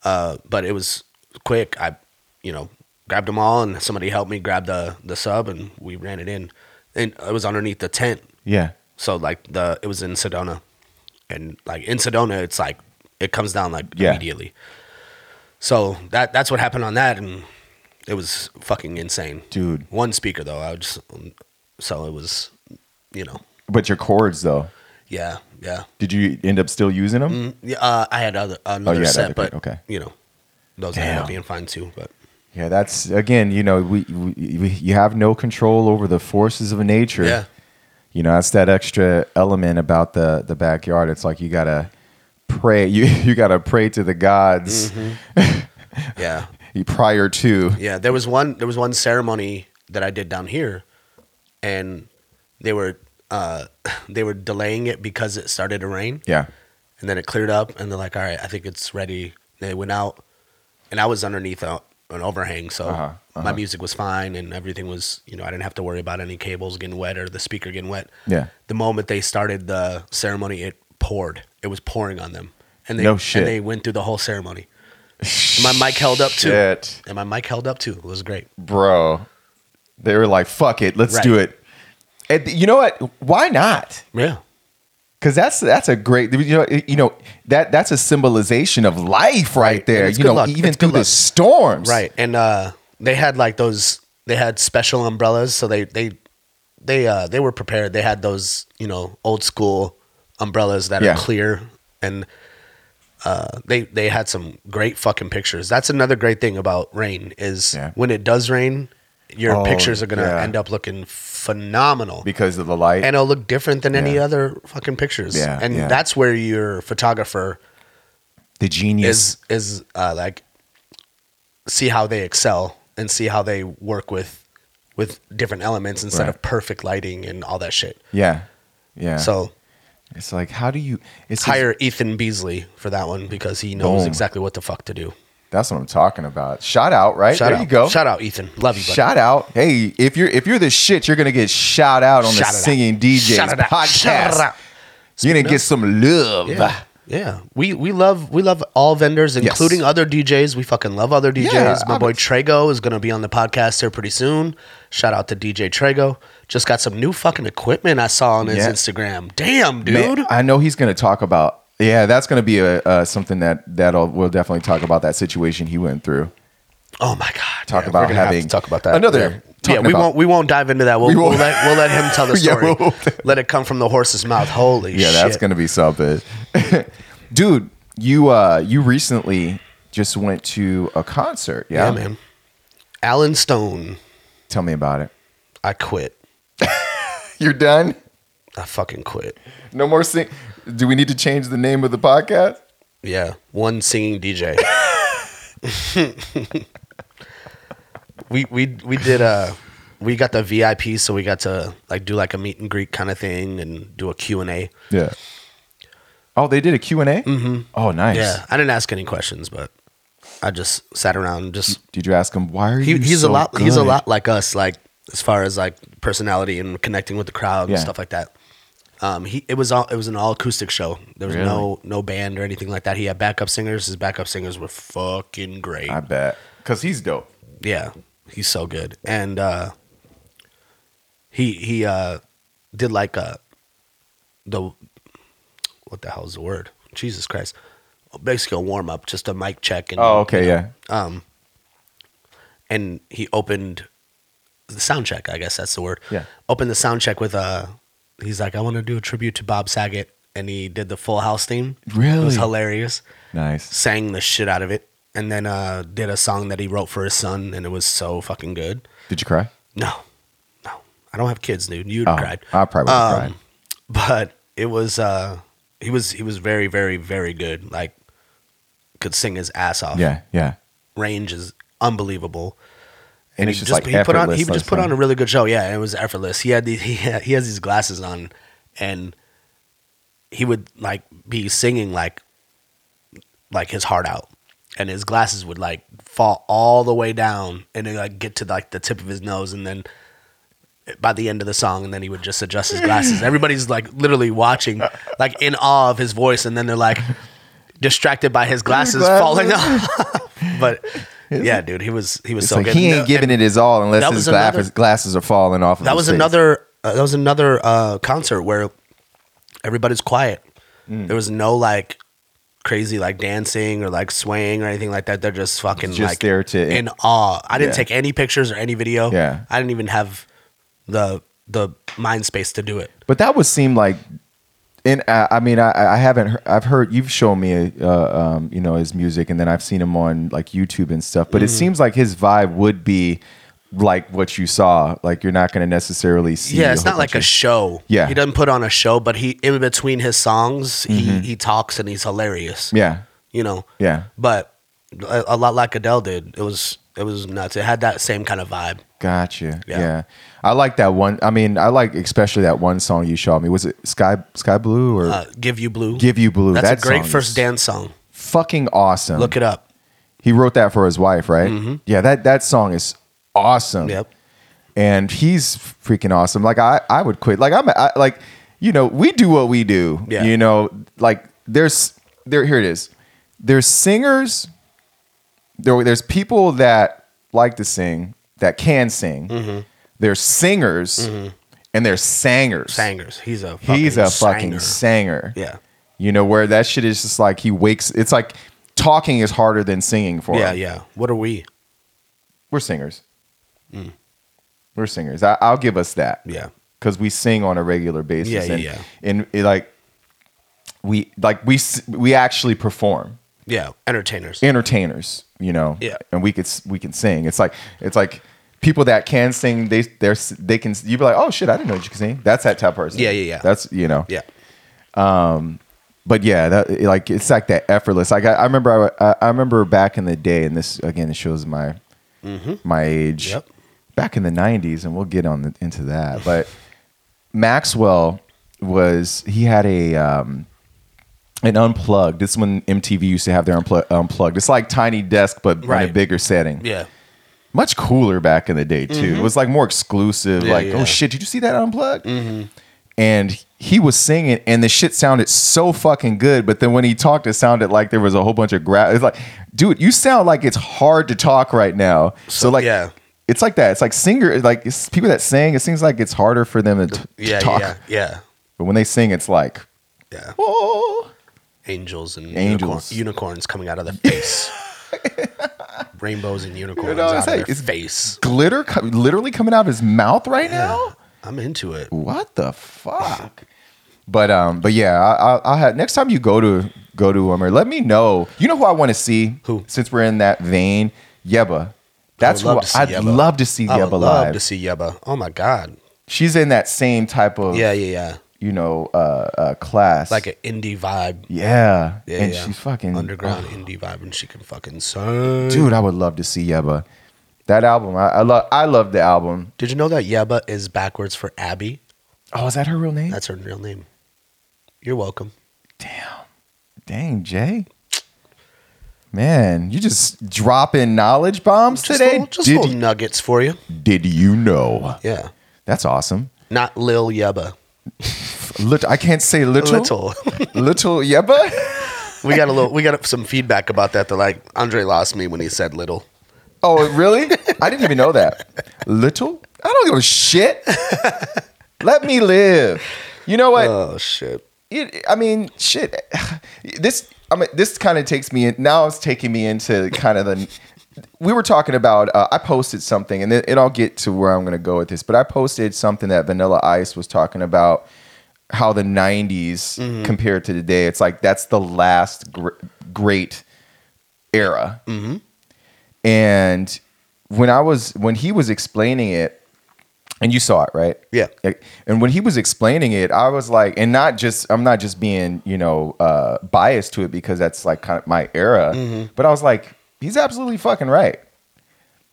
Speaker 1: Uh, but it was quick. I, you know, grabbed them all, and somebody helped me grab the the sub, and we ran it in. And it was underneath the tent,
Speaker 2: Yeah.
Speaker 1: so like the it was in Sedona, and like in Sedona, it's like it comes down like
Speaker 2: Yeah.
Speaker 1: immediately. So that that's what happened on that, and it was fucking insane,
Speaker 2: Dude.
Speaker 1: One speaker though, I just so it was, you know,
Speaker 2: But your cords though,
Speaker 1: yeah, yeah.
Speaker 2: did you end up still using them?
Speaker 1: Yeah, uh, I had other another
Speaker 2: Oh, had
Speaker 1: set,
Speaker 2: other-
Speaker 1: but
Speaker 2: okay.
Speaker 1: you know, those ended
Speaker 2: Damn.
Speaker 1: up being fine too. But
Speaker 2: Yeah, that's again, you know, we, we, we you have no control over the forces of nature.
Speaker 1: Yeah.
Speaker 2: You know, that's that extra element about the the backyard. It's like you gotta pray. <laughs> You you got to pray to the gods
Speaker 1: Mm-hmm. Yeah.
Speaker 2: prior to.
Speaker 1: Yeah, there was one there was one ceremony that I did down here, and they were uh, <laughs> they were delaying it because it started to rain,
Speaker 2: Yeah.
Speaker 1: and then it cleared up, and they're like, "All right, I think it's ready." They went out, and I was underneath a, an overhang, so
Speaker 2: Uh-huh,
Speaker 1: my music was fine, and everything was you know I didn't have to worry about any cables getting wet or the speaker getting wet.
Speaker 2: Yeah.
Speaker 1: The moment they started the ceremony, it poured. It was pouring on them, and they
Speaker 2: No shit.
Speaker 1: and they went through the whole ceremony. And my mic held up too.
Speaker 2: Shit,
Speaker 1: And my mic held up too. It was great.
Speaker 2: bro. They were like, "Fuck it, let's
Speaker 1: Right.
Speaker 2: do it." And you know what? Why not?
Speaker 1: Yeah.
Speaker 2: Because that's that's a great you know you know that that's a symbolization of life right,
Speaker 1: Right,
Speaker 2: there.
Speaker 1: and it's
Speaker 2: You
Speaker 1: good
Speaker 2: know,
Speaker 1: luck,
Speaker 2: even
Speaker 1: it's
Speaker 2: through
Speaker 1: good
Speaker 2: the
Speaker 1: luck.
Speaker 2: storms,
Speaker 1: Right. And uh they had like those they had special umbrellas, so they they they uh they were prepared. They had those, you know, old school umbrellas that
Speaker 2: Yeah.
Speaker 1: are clear and uh they they had some great fucking pictures. That's another great thing about rain is
Speaker 2: Yeah.
Speaker 1: when it does rain, your
Speaker 2: Oh,
Speaker 1: pictures are going to
Speaker 2: yeah.
Speaker 1: end up looking phenomenal.
Speaker 2: Because of the light,
Speaker 1: and it'll look different than any
Speaker 2: Yeah.
Speaker 1: other fucking pictures.
Speaker 2: Yeah,
Speaker 1: and
Speaker 2: yeah.
Speaker 1: that's where your photographer
Speaker 2: the genius.
Speaker 1: is is uh, like see how they excel and see how they work with with different elements instead
Speaker 2: Right.
Speaker 1: of perfect lighting and all that shit.
Speaker 2: yeah, yeah.
Speaker 1: So
Speaker 2: it's like, how do you? It's just-
Speaker 1: hire Ethan Beasley for that one because he knows
Speaker 2: Boom.
Speaker 1: exactly what the fuck to do.
Speaker 2: That's what I'm talking about. Shout out, right?
Speaker 1: Shout
Speaker 2: there
Speaker 1: out,
Speaker 2: you go.
Speaker 1: Shout out, Ethan. Love you. Buddy.
Speaker 2: Shout out. Hey, if you're if you're the shit, you're gonna get shout out on
Speaker 1: Shout
Speaker 2: the
Speaker 1: it out.
Speaker 2: singing DJs
Speaker 1: Shout it out.
Speaker 2: podcast.
Speaker 1: Shout it out.
Speaker 2: You're gonna get some love.
Speaker 1: Yeah. Yeah, we we love we love all vendors,
Speaker 2: Yes.
Speaker 1: including other DJs. We fucking love other DJs.
Speaker 2: Yeah,
Speaker 1: My boy
Speaker 2: obvious.
Speaker 1: Trago is gonna be on the podcast here pretty soon. Shout out to DJ Trago. Just got some new fucking equipment I saw on his
Speaker 2: Yeah.
Speaker 1: Instagram. Damn,
Speaker 2: Man,
Speaker 1: dude.
Speaker 2: I know he's gonna talk about. Yeah, that's gonna be a uh, something that that'll we'll definitely talk about that situation he went through.
Speaker 1: oh my god.
Speaker 2: Talk
Speaker 1: Yeah,
Speaker 2: about
Speaker 1: we're gonna have to
Speaker 2: having
Speaker 1: talk about that.
Speaker 2: another-
Speaker 1: Yeah,
Speaker 2: talking
Speaker 1: we
Speaker 2: about-
Speaker 1: won't we won't dive into that. We'll, we will
Speaker 2: won't.
Speaker 1: let we'll let him
Speaker 2: <laughs>
Speaker 1: tell the
Speaker 2: Yeah,
Speaker 1: story.
Speaker 2: we'll-
Speaker 1: let it come from the horse's mouth. Holy
Speaker 2: Yeah,
Speaker 1: shit.
Speaker 2: that's gonna be something, <laughs> dude. You uh you recently just went to a concert. Yeah,
Speaker 1: Yeah, man. Alan Stone,
Speaker 2: Tell me about it.
Speaker 1: I quit.
Speaker 2: You're done.
Speaker 1: I fucking quit.
Speaker 2: No more sing. Do we need to change the name of the podcast?
Speaker 1: Yeah, one singing DJ. <laughs> we we we did uh we got the VIP, so we got to like do like a meet and greet kind of thing and do a Q and A.
Speaker 2: Yeah. Oh, they did a Q and A. Mm-hmm. Oh, nice.
Speaker 1: Yeah, I didn't ask any questions, but I just sat around. And just
Speaker 2: Did you ask him why are
Speaker 1: he,
Speaker 2: you?
Speaker 1: he's
Speaker 2: so
Speaker 1: a lot. He's a
Speaker 2: good?"
Speaker 1: lot like us, like as far as like personality and connecting with the crowd
Speaker 2: Yeah.
Speaker 1: and stuff like that. Um, he it was all it was an all acoustic show. There was no no band or anything like that. He had backup singers. His backup singers were fucking great.
Speaker 2: I bet because he's dope.
Speaker 1: Yeah, he's so good. And uh he he uh did like uh the what the hell is the word? Jesus Christ. Basically a warm up, just a mic check and
Speaker 2: Oh, okay, yeah.
Speaker 1: and he opened the sound check, I guess that's the word.
Speaker 2: Yeah.
Speaker 1: Opened the sound check with uh he's like, I want to do a tribute to Bob Saget and he did the full house theme. It
Speaker 2: Really?
Speaker 1: was hilarious.
Speaker 2: Nice.
Speaker 1: Sang the shit out of it. And then uh, did a song that he wrote for his son, and it was so fucking good.
Speaker 2: Did you cry?
Speaker 1: No, no, I don't have kids, dude. You'd
Speaker 2: Oh,
Speaker 1: cried, Um,
Speaker 2: I probably would've cried.
Speaker 1: but it was uh, he was he was very very very good. Like, could sing his ass off.
Speaker 2: Yeah, yeah.
Speaker 1: range is unbelievable.
Speaker 2: And, it's
Speaker 1: he
Speaker 2: just, like
Speaker 1: he put on he
Speaker 2: effortless,
Speaker 1: just put
Speaker 2: like
Speaker 1: on a
Speaker 2: some-
Speaker 1: really good show. Yeah, it was effortless. He had these <laughs> he had, he has these glasses on, and he would like be singing like like his heart out, and his glasses would like fall all the way down and then like get to like the tip of his nose, and then by the end of the song, and then he would just adjust his
Speaker 2: <laughs>
Speaker 1: glasses. Everybody's like literally watching, like in awe of his voice, and then they're like distracted by his glasses,
Speaker 2: glasses.
Speaker 1: falling off. <laughs> but yeah, dude, he was he was
Speaker 2: It's
Speaker 1: so
Speaker 2: like
Speaker 1: good.
Speaker 2: he ain't
Speaker 1: No,
Speaker 2: giving it his all unless
Speaker 1: that
Speaker 2: his
Speaker 1: was
Speaker 2: glasses,
Speaker 1: another-
Speaker 2: glasses are falling off. Of
Speaker 1: that
Speaker 2: his
Speaker 1: was
Speaker 2: face.
Speaker 1: another uh, that was another uh, concert where everybody's quiet.
Speaker 2: Mm.
Speaker 1: There was no like crazy like dancing or like swaying or anything like that. They're just fucking
Speaker 2: Just
Speaker 1: like
Speaker 2: there to-
Speaker 1: in awe. I didn't
Speaker 2: Yeah.
Speaker 1: take any pictures or any video.
Speaker 2: Yeah.
Speaker 1: I didn't even have the the mind space to do it.
Speaker 2: But that would seem like, and I, I mean, I, I haven't. Heard, I've heard you've shown me, uh, um,
Speaker 1: Mm.
Speaker 2: you know, his music, and then I've seen him on like YouTube and stuff. But it seems like his vibe would be like what you saw. Like you're not going to necessarily see.
Speaker 1: Yeah, it's
Speaker 2: whole
Speaker 1: not like
Speaker 2: bunch
Speaker 1: a
Speaker 2: of-
Speaker 1: show.
Speaker 2: Yeah.
Speaker 1: he doesn't put on a show, but he in between his songs, he he talks and he's hilarious.
Speaker 2: Mm-hmm. yeah,
Speaker 1: you know.
Speaker 2: yeah.
Speaker 1: But a, a lot like Adele did. It was it was nuts. It had that same kind of vibe.
Speaker 2: Gotcha. Yeah.
Speaker 1: Yeah.
Speaker 2: I like that one. I mean, I like especially that one song you showed me. Was it Sky Sky Blue or
Speaker 1: Uh, Give you blue.
Speaker 2: Give You Blue?
Speaker 1: That's
Speaker 2: That
Speaker 1: a great
Speaker 2: song is
Speaker 1: first dance song.
Speaker 2: Fucking awesome.
Speaker 1: Look it up.
Speaker 2: he wrote that for his wife, right? Yeah, that that song is awesome.
Speaker 1: Mm-hmm. Yep.
Speaker 2: And he's freaking awesome. Like I, I would quit. Like I'm, I, like you know, we do what we do.
Speaker 1: Yeah.
Speaker 2: You know, like there's there. Here it is. There's singers. There, there's people that like to sing that can sing.
Speaker 1: Mm-hmm.
Speaker 2: There's singers, and there's sangers.
Speaker 1: Sangers. He's a Mm-hmm. fucking
Speaker 2: He's a fucking
Speaker 1: singer.
Speaker 2: sanger.
Speaker 1: yeah.
Speaker 2: You know where that shit is just like he wakes. It's like talking is harder than singing for
Speaker 1: Yeah,
Speaker 2: him
Speaker 1: yeah. What are we?
Speaker 2: we're singers. We're singers. I, I'll give us that.
Speaker 1: Mm. Yeah.
Speaker 2: Because we sing on a regular basis.
Speaker 1: Yeah, yeah,
Speaker 2: and,
Speaker 1: yeah.
Speaker 2: And it, like, we like we s- we actually perform
Speaker 1: Yeah. Entertainers.
Speaker 2: entertainers, you know.
Speaker 1: Yeah.
Speaker 2: And we could s- we can sing. It's like it's like people that can sing. They they're s- they can. You be like, oh shit, I didn't know you could sing. That's that type of person.
Speaker 1: Yeah, yeah, yeah.
Speaker 2: That's you know
Speaker 1: yeah.
Speaker 2: but yeah, that like it's like that effortless. Like I, I remember, I, I- I remember back in the day, and this again shows my my age.
Speaker 1: Mm-hmm. Yep.
Speaker 2: Back in the '90s, and we'll get on the, into that. But Maxwell was he had a um, an unplugged. This is when MTV used to have their unplu- unplugged. It's like tiny desk, but in a
Speaker 1: Right.
Speaker 2: bigger setting
Speaker 1: Yeah.
Speaker 2: much cooler back in the day too. It was like more exclusive.
Speaker 1: Mm-hmm. Yeah,
Speaker 2: like,
Speaker 1: yeah. Mm-hmm.
Speaker 2: oh shit, did you see that unplugged? And he was singing, and the shit sounded so fucking good. But then when he talked, it sounded like there was a whole bunch of grab. It's like, dude, you sound like it's hard to talk right now. So,
Speaker 1: So-
Speaker 2: like,
Speaker 1: yeah.
Speaker 2: it's like that. It's like singer, like it's people that sing. It seems like it's harder for them to, t- to
Speaker 1: Yeah.
Speaker 2: talk.
Speaker 1: Yeah. Yeah.
Speaker 2: But when they sing, it's like,
Speaker 1: Yeah.
Speaker 2: oh,
Speaker 1: Angels and
Speaker 2: Angels.
Speaker 1: unicorn- unicorns coming out of the
Speaker 2: <laughs>
Speaker 1: face. Rainbows and unicorns
Speaker 2: know what I'm
Speaker 1: out
Speaker 2: saying?
Speaker 1: of their
Speaker 2: It's-
Speaker 1: face.
Speaker 2: glitter co- literally coming out of his mouth right now.
Speaker 1: I'm into it.
Speaker 2: what the fuck? But um, but yeah, I, I, I'll have next time you go to go to them or let me know. You know who I want to see?
Speaker 1: Who?
Speaker 2: Since we're in that vein, Yeba. That's
Speaker 1: I would love
Speaker 2: who
Speaker 1: to see
Speaker 2: I'd
Speaker 1: Yeba.
Speaker 2: love to see
Speaker 1: I
Speaker 2: Yeba
Speaker 1: would love
Speaker 2: live.
Speaker 1: to see Yeba. Oh my god.
Speaker 2: She's in that same type of
Speaker 1: Yeah, yeah, yeah.
Speaker 2: you know uh, uh class.
Speaker 1: Like an indie vibe.
Speaker 2: yeah.
Speaker 1: Yeah,
Speaker 2: and
Speaker 1: yeah.
Speaker 2: she's fucking uh,
Speaker 1: underground indie vibe, and she can fucking sing.
Speaker 2: dude. I would love to see Yeba. That album, I, I love. I love the album.
Speaker 1: Did you know that Yeba is backwards for Abby?
Speaker 2: Oh, is that her real name?
Speaker 1: That's her real name. You're welcome.
Speaker 2: Dang, Jay. Man, you just dropping knowledge bombs
Speaker 1: Just
Speaker 2: today.
Speaker 1: little, just
Speaker 2: did,
Speaker 1: little nuggets for you.
Speaker 2: did you know?
Speaker 1: Yeah.
Speaker 2: That's awesome.
Speaker 1: Not Lil Yeba.
Speaker 2: Lit- I can't say little.
Speaker 1: Little.
Speaker 2: <laughs> Little Yeba?
Speaker 1: we got a little. We got some feedback about that. That like Andre lost me when he said little.
Speaker 2: Oh, really? I didn't even know that. Little? I don't give
Speaker 1: <laughs>
Speaker 2: a shit. Let me live. You know what?
Speaker 1: Oh shit.
Speaker 2: it, I mean, shit. <sighs> This, I mean, this kind of takes me in. Now it's taking me into kind of the. We were talking about. Uh, I posted something, and it, and I'll get to where I'm going to go with this. But I posted something that Vanilla Ice was talking about how the '90s compared to today. It's like that's the last gr- great era.
Speaker 1: Mm-hmm.
Speaker 2: And when I was when he was explaining it, and you saw it, right?
Speaker 1: Yeah.
Speaker 2: Like, and when he was explaining it, I was like, and not just I'm not just being you know uh, biased to it because that's like kind of my era,
Speaker 1: Mm-hmm.
Speaker 2: but I was like, he's absolutely fucking right.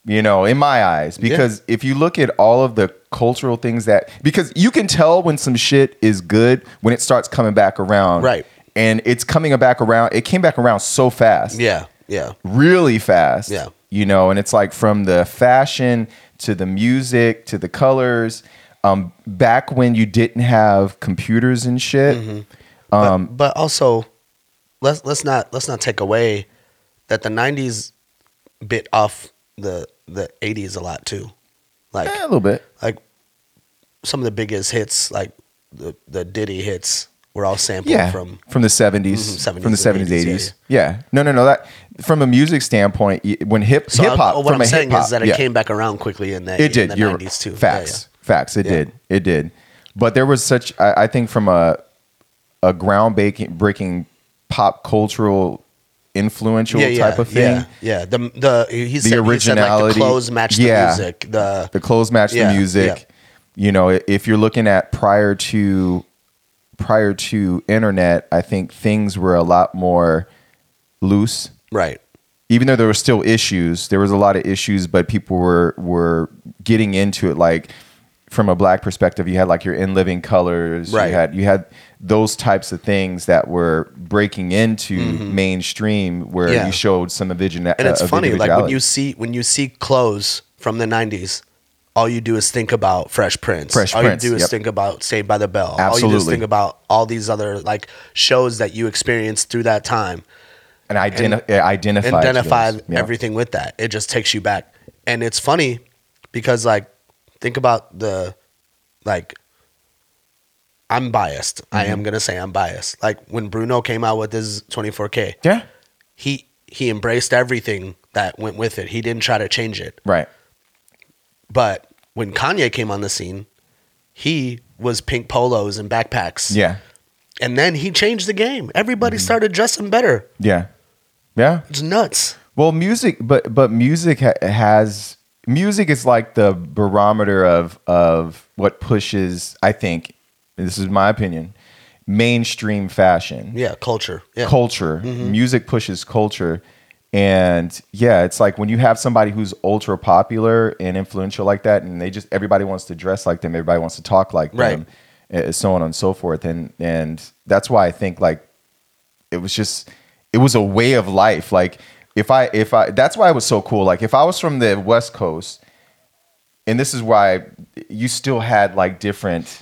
Speaker 2: You know, in my eyes, because if you look at all of the cultural things that, because you can tell when some shit is good when it starts coming back around,
Speaker 1: Right.
Speaker 2: And it's coming back around. It came back around so fast,
Speaker 1: Yeah. Yeah.
Speaker 2: really fast.
Speaker 1: Yeah.
Speaker 2: You know, and it's like from the fashion to the music to the colors. Um, back when you didn't have computers and shit.
Speaker 1: Mm-hmm.
Speaker 2: Um,
Speaker 1: but also let's let's not let's not take away that the 90s bit off the the 80s a lot too like
Speaker 2: Eh, a little bit.
Speaker 1: like some of the biggest hits like the the diddy hits were all sampled
Speaker 2: Yeah. From
Speaker 1: from
Speaker 2: the 70s,
Speaker 1: Mhm,
Speaker 2: from the
Speaker 1: 70s,
Speaker 2: 70s, 80s.
Speaker 1: 80s,
Speaker 2: Yeah, No, no, no. That from a music standpoint, y- when hip
Speaker 1: So
Speaker 2: hip hop
Speaker 1: I- what
Speaker 2: from
Speaker 1: i'm
Speaker 2: a
Speaker 1: saying
Speaker 2: hip-hop,
Speaker 1: is that it
Speaker 2: yeah.
Speaker 1: came back around quickly in the,
Speaker 2: It
Speaker 1: in
Speaker 2: did.
Speaker 1: the
Speaker 2: You're
Speaker 1: 90s too Yeah,
Speaker 2: Facts. Facts. It
Speaker 1: Yeah.
Speaker 2: did. It did. But there was such. I, I think from a a ground breaking breaking pop cultural influential
Speaker 1: yeah, yeah,
Speaker 2: type of thing.
Speaker 1: Yeah, yeah. The the he said, he said, like
Speaker 2: originality.
Speaker 1: the clothes match the
Speaker 2: Yeah.
Speaker 1: music. The
Speaker 2: the clothes match
Speaker 1: Yeah,
Speaker 2: the music.
Speaker 1: yeah.
Speaker 2: You know, i- if you're looking at prior to prior to internet, I think things were a lot more loose.
Speaker 1: right.
Speaker 2: Even though there were still issues, there was a lot of issues, but people were were getting into it like from a black perspective, you had like your in living colors,
Speaker 1: Right.
Speaker 2: you had you had those types of things that were breaking into mainstream where
Speaker 1: Mm-hmm. Yeah.
Speaker 2: you showed some origina-
Speaker 1: And it's
Speaker 2: Uh, of
Speaker 1: funny, like when
Speaker 2: individuality.
Speaker 1: you see when you see clothes from the '90s, all you do is think about Fresh Prince.
Speaker 2: Fresh
Speaker 1: all
Speaker 2: Prince,
Speaker 1: you do is
Speaker 2: yep.
Speaker 1: think about Saved by the Bell. All you do is
Speaker 2: Absolutely.
Speaker 1: think about all these other like shows that you experienced through that time.
Speaker 2: and, identi- identify
Speaker 1: and identify
Speaker 2: those. Yeah.
Speaker 1: everything with that. It just takes you back. And it's funny because like think about the like I'm biased. I
Speaker 2: Mm-hmm.
Speaker 1: am gonna say I'm biased. Like when Bruno came out with his 24K,
Speaker 2: Yeah.
Speaker 1: he he embraced everything that went with it. He didn't try to change it.
Speaker 2: Right.
Speaker 1: But when Kanye came on the scene, he was pink polos and backpacks.
Speaker 2: Yeah. Mm-hmm.
Speaker 1: And then he changed the game. Everybody started dressing better.
Speaker 2: Yeah. Yeah.
Speaker 1: It's nuts.
Speaker 2: Well, music, but but music ha- has music is like the barometer of of what pushes. I think this is my opinion. Mainstream fashion,
Speaker 1: Yeah, culture. Yeah. Mm-hmm.
Speaker 2: culture, music pushes culture, and yeah, it's like when you have somebody who's ultra popular and influential like that, and they just everybody wants to dress like them, everybody wants to talk like
Speaker 1: Right.
Speaker 2: them, eh, so on and so forth, and and that's why I think like it was just it was a way of life like if i if i that's why it was so cool like if i was from the west coast and this is why you still had like different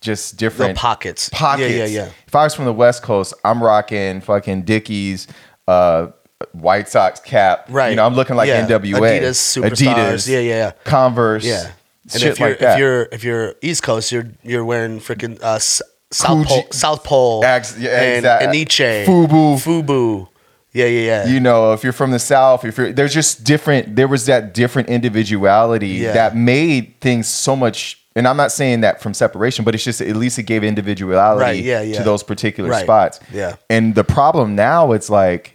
Speaker 2: just
Speaker 1: the
Speaker 2: different
Speaker 1: pockets.
Speaker 2: pockets
Speaker 1: Yeah, yeah, yeah.
Speaker 2: if i was from the west coast i'm rocking fucking dickies uh white sox cap
Speaker 1: Right.
Speaker 2: you know i'm looking like
Speaker 1: Yeah.
Speaker 2: nwa
Speaker 1: Adidas superstars. Yeah, yeah, yeah.
Speaker 2: converse
Speaker 1: Yeah. And
Speaker 2: shit
Speaker 1: if you're
Speaker 2: like that
Speaker 1: if you're if you're East Coast, you're you're wearing freaking uh, S- South
Speaker 2: Coogee-
Speaker 1: Pole, South Pole,
Speaker 2: Ex- yeah,
Speaker 1: and
Speaker 2: exact-
Speaker 1: Aniche,
Speaker 2: Fubu.
Speaker 1: Fubu. Yeah, yeah, yeah.
Speaker 2: you know if you're from the south if you're there's just different there was that different individuality
Speaker 1: Yeah.
Speaker 2: that made things so much and i'm not saying that from separation but it's just at least it gave individuality
Speaker 1: Right, yeah, yeah.
Speaker 2: to those particular
Speaker 1: Right,
Speaker 2: spots
Speaker 1: yeah.
Speaker 2: and the problem now it's like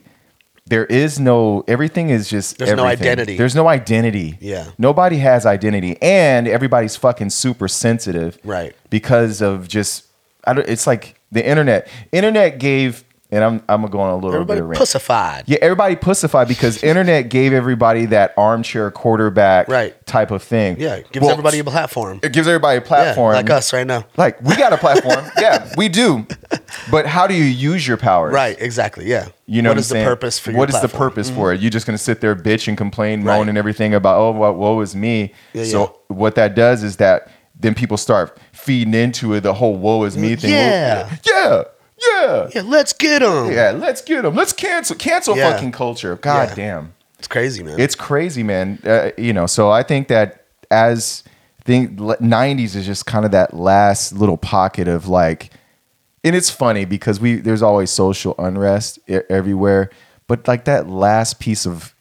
Speaker 2: there is no everything is just
Speaker 1: There's no
Speaker 2: everything.
Speaker 1: identity.
Speaker 2: there's no identity
Speaker 1: Yeah.
Speaker 2: nobody has identity and everybody's fucking super sensitive
Speaker 1: Right.
Speaker 2: because of just I don't, it's like the internet internet gave and i'm i'm going a little
Speaker 1: Everybody
Speaker 2: bit of rant.
Speaker 1: pussified.
Speaker 2: Yeah, everybody
Speaker 1: <laughs>
Speaker 2: pussified because internet gave everybody that armchair quarterback
Speaker 1: Right.
Speaker 2: type of thing.
Speaker 1: Yeah, gives
Speaker 2: Well,
Speaker 1: everybody a platform.
Speaker 2: it gives everybody a platform.
Speaker 1: Yeah, like us right now.
Speaker 2: Like, we got
Speaker 1: <laughs>
Speaker 2: a platform. yeah, we do. But how do you use your powers?
Speaker 1: Right, exactly. Yeah.
Speaker 2: You know
Speaker 1: what
Speaker 2: what
Speaker 1: is
Speaker 2: I'm saying?
Speaker 1: the purpose for your
Speaker 2: What is the
Speaker 1: platform? Mm-hmm.
Speaker 2: purpose for it? You're just gonna sit there, bitch, and complain,
Speaker 1: Right.
Speaker 2: moan, and everything about oh, what woe is me.
Speaker 1: Yeah,
Speaker 2: so what that does is that then people start feeding into it the whole woe is me thing.
Speaker 1: Mm, Yeah.
Speaker 2: yeah, yeah,
Speaker 1: Yeah, let's get them.
Speaker 2: yeah. Let's get them. Let's cancel cancel
Speaker 1: Yeah.
Speaker 2: fucking culture. God
Speaker 1: Yeah.
Speaker 2: damn.
Speaker 1: It's crazy, man.
Speaker 2: It's crazy, man. Uh, you know, so I think that as thing le- '90s is just kind of that last little pocket of like, and it's funny because we there's always social unrest e- everywhere, but like that last piece of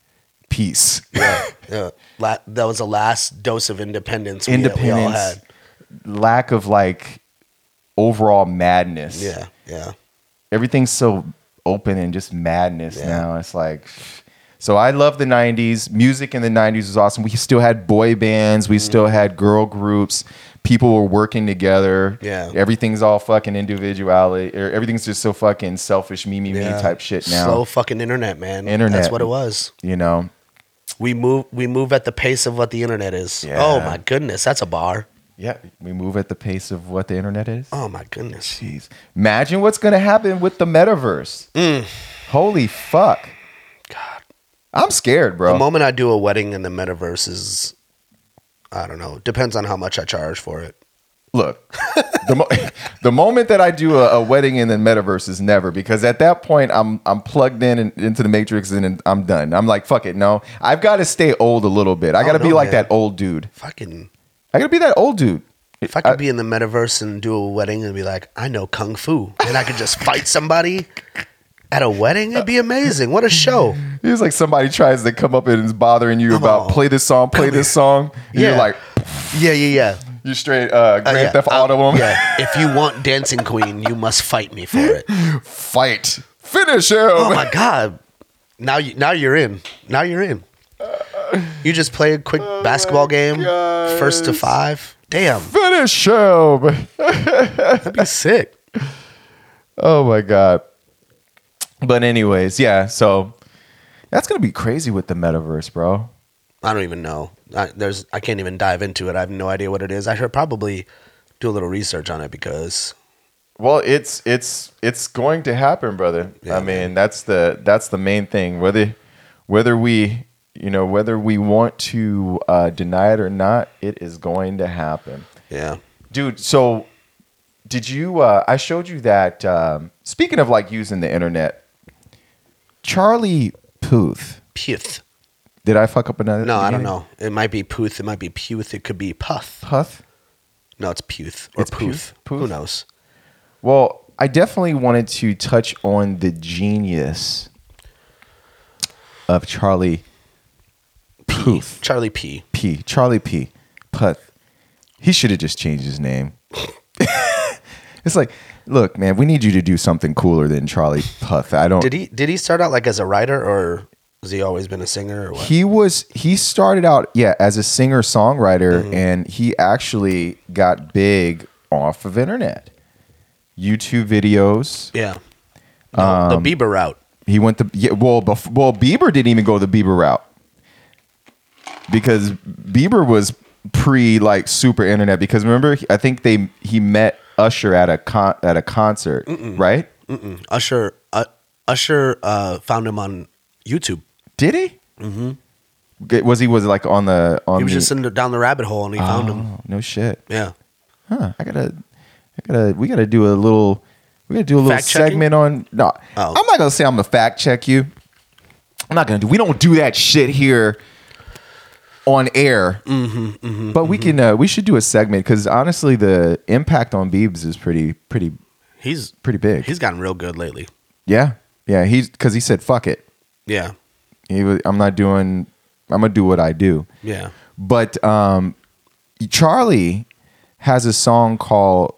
Speaker 2: peace,
Speaker 1: <laughs> yeah, yeah. La- that was the last dose of independence, we- we all
Speaker 2: independence,
Speaker 1: had.
Speaker 2: lack of like overall madness.
Speaker 1: Yeah, yeah.
Speaker 2: everything's so open and just madness
Speaker 1: Yeah.
Speaker 2: now. It's like, so I love the '90s. Music in the '90s was awesome. We still had boy bands. We
Speaker 1: Mm.
Speaker 2: still had girl groups. People were working together.
Speaker 1: Yeah.
Speaker 2: everything's all fucking individuality. Or everything's just so fucking selfish, me, me,
Speaker 1: yeah.
Speaker 2: me type shit now.
Speaker 1: Slow fucking internet, man. That's
Speaker 2: Internet.
Speaker 1: what it was.
Speaker 2: you know,
Speaker 1: We move we move at the pace of what the internet is.
Speaker 2: Yeah.
Speaker 1: Oh my goodness, that's a bar.
Speaker 2: yeah, we move at the pace of what the internet is.
Speaker 1: Oh my goodness.
Speaker 2: Jeez, imagine what's gonna happen with the metaverse. Holy fuck!
Speaker 1: Mm. God.
Speaker 2: I'm scared,
Speaker 1: The
Speaker 2: bro.
Speaker 1: moment I do a wedding in the metaverse is I don't know. Depends on how much I charge for it.
Speaker 2: look the, mo- <laughs> the moment that i do a, a wedding in the metaverse is never because at that point i'm i'm plugged in and, into the matrix and, then i'm done i'm like fuck it no i've got to stay old a little bit i
Speaker 1: Oh,
Speaker 2: gotta be
Speaker 1: no,
Speaker 2: like
Speaker 1: man.
Speaker 2: that old dude
Speaker 1: If I can
Speaker 2: i gotta be that old dude
Speaker 1: if I could be in the metaverse and do a wedding and be like, I know kung fu and I could
Speaker 2: <laughs>
Speaker 1: just fight somebody at a wedding, it'd be amazing. What a show.
Speaker 2: it was like somebody tries to come up and is bothering you about
Speaker 1: on.
Speaker 2: play this song play this song and
Speaker 1: Oh. Yeah.
Speaker 2: you're like
Speaker 1: Yeah, yeah, yeah.
Speaker 2: you're straight uh
Speaker 1: Uh,
Speaker 2: grand
Speaker 1: yeah,
Speaker 2: theft
Speaker 1: I-
Speaker 2: auto Em.
Speaker 1: Yeah. If you want Dancing Queen, you must fight me for it.
Speaker 2: fight finish him
Speaker 1: Oh my god. Now you now you're in. Now you're in. You just play a quick
Speaker 2: Oh
Speaker 1: basketball game, first to
Speaker 2: gosh.
Speaker 1: five. Damn,
Speaker 2: Finish him.
Speaker 1: that'd be sick.
Speaker 2: Oh my god. But anyways, yeah. So that's gonna be crazy with the metaverse, bro.
Speaker 1: I don't even know. I, there's I can't even dive into it. I have no idea what it is. I should probably do a little research on it because
Speaker 2: Well, it's it's it's going to happen, brother.
Speaker 1: Yeah,
Speaker 2: I mean, that's the that's the main thing. Whether whether we you know whether we want to uh, deny it or not, it is going to happen,
Speaker 1: yeah,
Speaker 2: dude. So did you? Uh, I showed you that. Um, speaking of like using the internet, Charlie Puth.
Speaker 1: Puth.
Speaker 2: Did I fuck up another?
Speaker 1: No, I don't
Speaker 2: beginning?
Speaker 1: know. It might be Puth. It might be Puth. It could be Puth.
Speaker 2: Puth.
Speaker 1: No, it's Puth or
Speaker 2: It's
Speaker 1: Puth.
Speaker 2: Puth? Puth?
Speaker 1: Who knows?
Speaker 2: Well, I definitely wanted to touch on the genius of Charlie Puth.
Speaker 1: Charlie P.
Speaker 2: P. Charlie P. Puth. He should have just changed his name. <laughs> it's like, look, man, we need you to do something cooler than Charlie Puth. I don't.
Speaker 1: Did he did he start out like as a writer or has he always been a singer or what?
Speaker 2: he was he started out yeah as a singer songwriter and he actually got big off of internet youtube videos
Speaker 1: yeah. No,
Speaker 2: Um,
Speaker 1: the Bieber route.
Speaker 2: He went the yeah, well. Bef- well, Bieber didn't even go the Bieber route because Bieber was pre like super internet. Because remember, I think they he met Usher at a con- at a concert, right?
Speaker 1: Mm-mm. Usher uh, Usher uh, found him on YouTube.
Speaker 2: Did he? Mm-hmm. Was he was like on the on
Speaker 1: He was
Speaker 2: the,
Speaker 1: just in the, down the rabbit hole and he found him.
Speaker 2: Oh, no shit.
Speaker 1: Yeah.
Speaker 2: Huh? I gotta, I gotta, we gotta do a little, we gotta do a little
Speaker 1: Fact checking?
Speaker 2: segment on. No,
Speaker 1: Oh.
Speaker 2: I'm not gonna say I'm gonna fact check you. I'm not gonna do. We don't do that shit here on air.
Speaker 1: Mm-hmm,
Speaker 2: but we can. Uh, we should do a segment because honestly, the impact on Biebs is pretty, pretty,
Speaker 1: He's
Speaker 2: pretty big.
Speaker 1: he's gotten real good lately.
Speaker 2: yeah, yeah. He's because he said fuck it.
Speaker 1: Yeah.
Speaker 2: He was, I'm not doing. I'm gonna do what I do.
Speaker 1: Yeah.
Speaker 2: But um, Charlie has a song called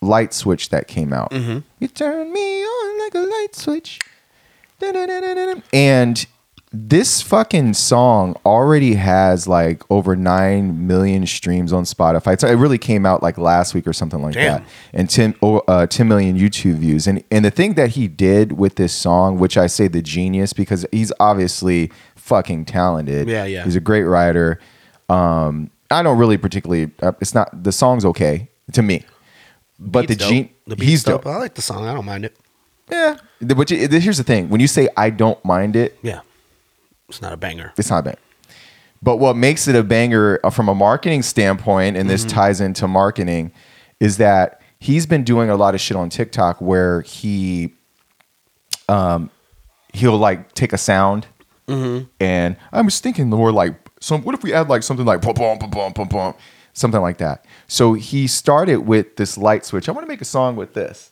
Speaker 2: Light Switch that came out.
Speaker 1: Mm-hmm.
Speaker 2: You turn me on like a light switch. Da-da-da-da-da-da. And this fucking song already has like over 9 million streams on Spotify. So it really came out like last week or something like
Speaker 1: Damn.
Speaker 2: that. And 10, oh, uh, 10 million YouTube views. And, and the thing that he did with this song, which I say the genius, because he's obviously fucking talented.
Speaker 1: Yeah, yeah.
Speaker 2: He's a great writer. Um, I don't really particularly. Uh, it's not the song's okay to me, but
Speaker 1: Beat's
Speaker 2: the gene
Speaker 1: dope. the beat's
Speaker 2: he's
Speaker 1: dope.
Speaker 2: dope.
Speaker 1: I like the song. I don't mind it.
Speaker 2: Yeah, The- but you- here's the thing: when you say I don't mind it,
Speaker 1: Yeah. It's not a banger.
Speaker 2: it's not a bang. But what makes it a banger uh, from a marketing standpoint, and this
Speaker 1: Mm-hmm.
Speaker 2: ties into marketing, is that he's been doing a lot of shit on TikTok where he, um, he'll like take a sound,
Speaker 1: Mm-hmm.
Speaker 2: and I was thinking more like some. What if we add like something like bum bum bum bum bum bum, something like that. So he started with this light switch. I want to make a song with this.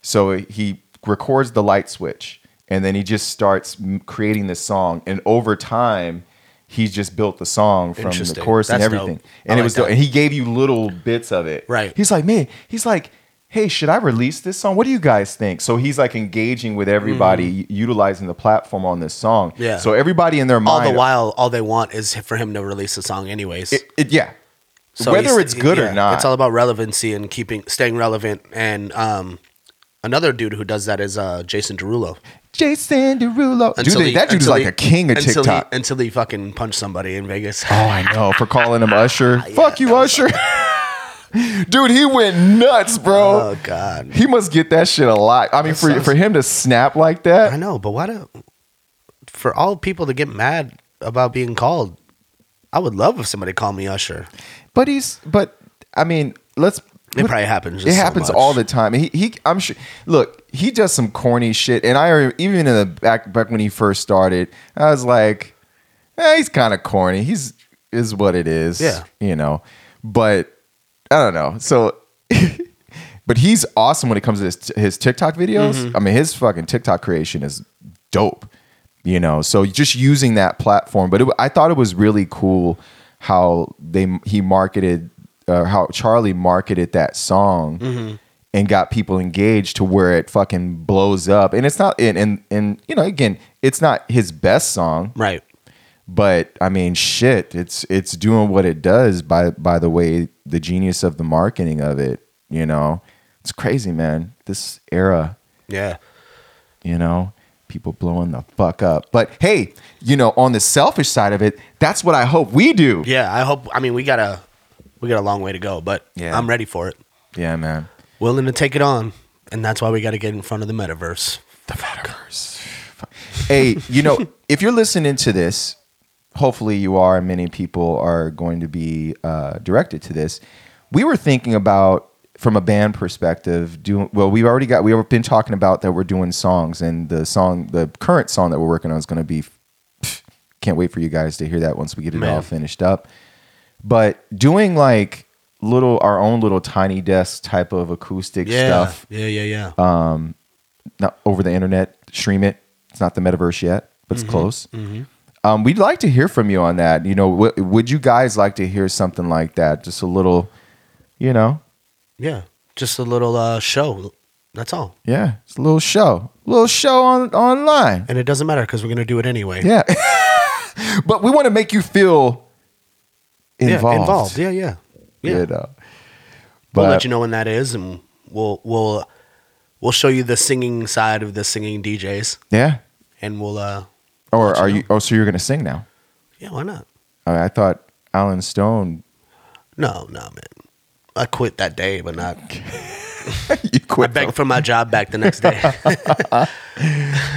Speaker 2: So he records the light switch and then he just starts m- creating this song. And over time, he's just built the song from the
Speaker 1: Interesting.
Speaker 2: chorus and
Speaker 1: That's
Speaker 2: everything.
Speaker 1: dope. I
Speaker 2: And it
Speaker 1: like
Speaker 2: was dope.
Speaker 1: that.
Speaker 2: And he gave you little bits of it.
Speaker 1: Right.
Speaker 2: He's like, man, he's like, hey, should I release this song? What do you guys think? So he's like engaging with everybody, u- utilizing the platform on this song.
Speaker 1: Mm-hmm. Yeah.
Speaker 2: So everybody in their
Speaker 1: All
Speaker 2: mind.
Speaker 1: the while, all they want is for him to release a song, anyways.
Speaker 2: it- it- yeah.
Speaker 1: So
Speaker 2: Whether
Speaker 1: he's-
Speaker 2: it's good
Speaker 1: yeah,
Speaker 2: or not.
Speaker 1: it's all about relevancy and keeping staying relevant. And um, another dude who does that is uh, Jason Derulo.
Speaker 2: Jason Derulo. Dude,
Speaker 1: Until
Speaker 2: they-
Speaker 1: he-
Speaker 2: that dude's
Speaker 1: until
Speaker 2: like
Speaker 1: he-
Speaker 2: a king of
Speaker 1: until he- <laughs>
Speaker 2: TikTok.
Speaker 1: until he fucking punched somebody in Vegas.
Speaker 2: Oh, I know for calling him Usher.
Speaker 1: <laughs>
Speaker 2: Fuck you, Usher. <laughs> Dude, he went nuts, bro.
Speaker 1: Oh, God.
Speaker 2: He must get that shit a lot. I mean, for
Speaker 1: sounds-
Speaker 2: for him to snap like
Speaker 1: I
Speaker 2: that,
Speaker 1: know, but why do for all people to get mad about being called? I would love if somebody called me Usher.
Speaker 2: but he's but I mean, let's.
Speaker 1: It probably happens.
Speaker 2: It
Speaker 1: just so
Speaker 2: happens
Speaker 1: much.
Speaker 2: all the time. He, he, I'm sure. Look, he does some corny shit, and I even in the back back when he first started, I was like, eh, he's kind of corny. He's is what it is.
Speaker 1: Yeah.
Speaker 2: you know. But I don't know. So, but he's awesome when it comes to his, his TikTok videos. I mean, his fucking TikTok creation is dope. You know, so just using that platform. But it, I thought it was really cool how they he marketed, uh, how Charlie marketed that song and got people engaged to where it fucking blows up. And it's not and and, and you know, again, it's not his best song,
Speaker 1: Right.
Speaker 2: but I mean shit, it's it's doing what it does by by the way the genius of the marketing of it, you know. It's crazy, man. This era
Speaker 1: Yeah.
Speaker 2: you know people blowing the fuck up but hey you know on the selfish side of it that's what i hope we do
Speaker 1: Yeah. I hope. I mean, we got a we got a long way to go, but
Speaker 2: Yeah.
Speaker 1: I'm ready for it.
Speaker 2: yeah man
Speaker 1: Willing to take it on, and that's why we got to get in front of the metaverse. The metaverse.
Speaker 2: hey you know if you're listening to this hopefully you are and many people are going to be uh, directed to this we were thinking about from a band perspective doing well we've already got we've been talking about that we're doing songs and the song the current song that we're working on is going to be can't wait for you guys to hear that once we get it
Speaker 1: Man.
Speaker 2: all finished up but doing like little our own little tiny desk type of acoustic
Speaker 1: Yeah.
Speaker 2: stuff Uh,
Speaker 1: Yeah. Yeah. Yeah.
Speaker 2: not over the internet stream it it's not the metaverse yet but
Speaker 1: Mm-hmm.
Speaker 2: it's close um, we'd like to hear from you on that you know w- would you guys like to hear something like that just a little you know
Speaker 1: yeah. Just a little uh, show. That's all.
Speaker 2: yeah it's a little show little show on online
Speaker 1: And it doesn't matter because we're gonna do it anyway.
Speaker 2: yeah <laughs> but we want to make you feel
Speaker 1: Yeah,
Speaker 2: involved,
Speaker 1: involved. Yeah. Yeah. Yeah.
Speaker 2: you know
Speaker 1: we'll let
Speaker 2: but
Speaker 1: you know when that is, and we'll we'll we'll show you the singing side of the singing DJs,
Speaker 2: yeah
Speaker 1: and we'll uh
Speaker 2: or are you oh so you're gonna sing now
Speaker 1: yeah why not?
Speaker 2: I I thought Alan Stone. <laughs>
Speaker 1: No, no, man. I quit that day, but not.
Speaker 2: you
Speaker 1: I
Speaker 2: quit.
Speaker 1: begged for my job back the next
Speaker 2: <laughs>
Speaker 1: day.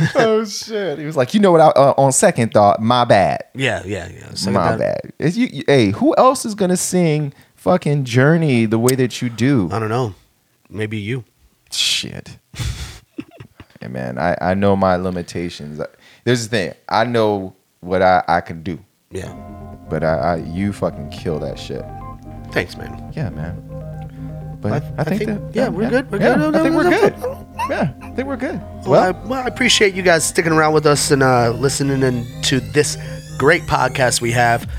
Speaker 1: <laughs>
Speaker 2: oh shit! He was like, you know what? I, uh, on second thought, my bad,
Speaker 1: yeah, yeah, yeah. So
Speaker 2: my
Speaker 1: that-
Speaker 2: bad. Is you, you- hey, who else is gonna sing fucking Journey the way that you do?
Speaker 1: I don't know. Maybe you.
Speaker 2: shit. <laughs> hey, man, I I know my limitations. I- There's the thing. I know what I I can do,
Speaker 1: Yeah.
Speaker 2: but I, I you fucking kill that shit.
Speaker 1: Thanks, man.
Speaker 2: Yeah, man. But I,
Speaker 1: I- I
Speaker 2: think,
Speaker 1: think-
Speaker 2: that,
Speaker 1: yeah, we're good, we're
Speaker 2: yeah,
Speaker 1: good.
Speaker 2: I think we're good. Yeah, I think we're good.
Speaker 1: Well, I, well, I appreciate you guys sticking around with us and uh, listening in to this great podcast we have.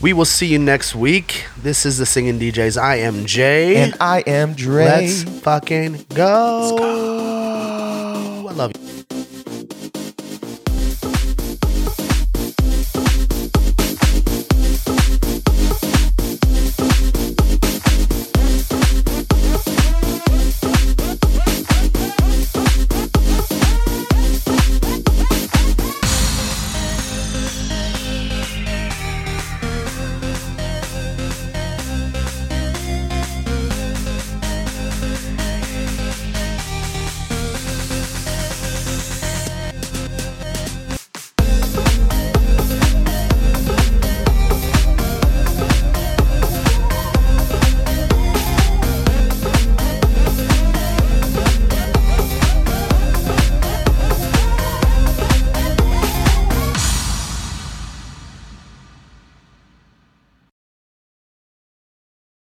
Speaker 1: We will see you next week. This is the Singing DJs. I am Jay.
Speaker 2: And I am Dre.
Speaker 1: Let's fucking go. Let's go. I love you.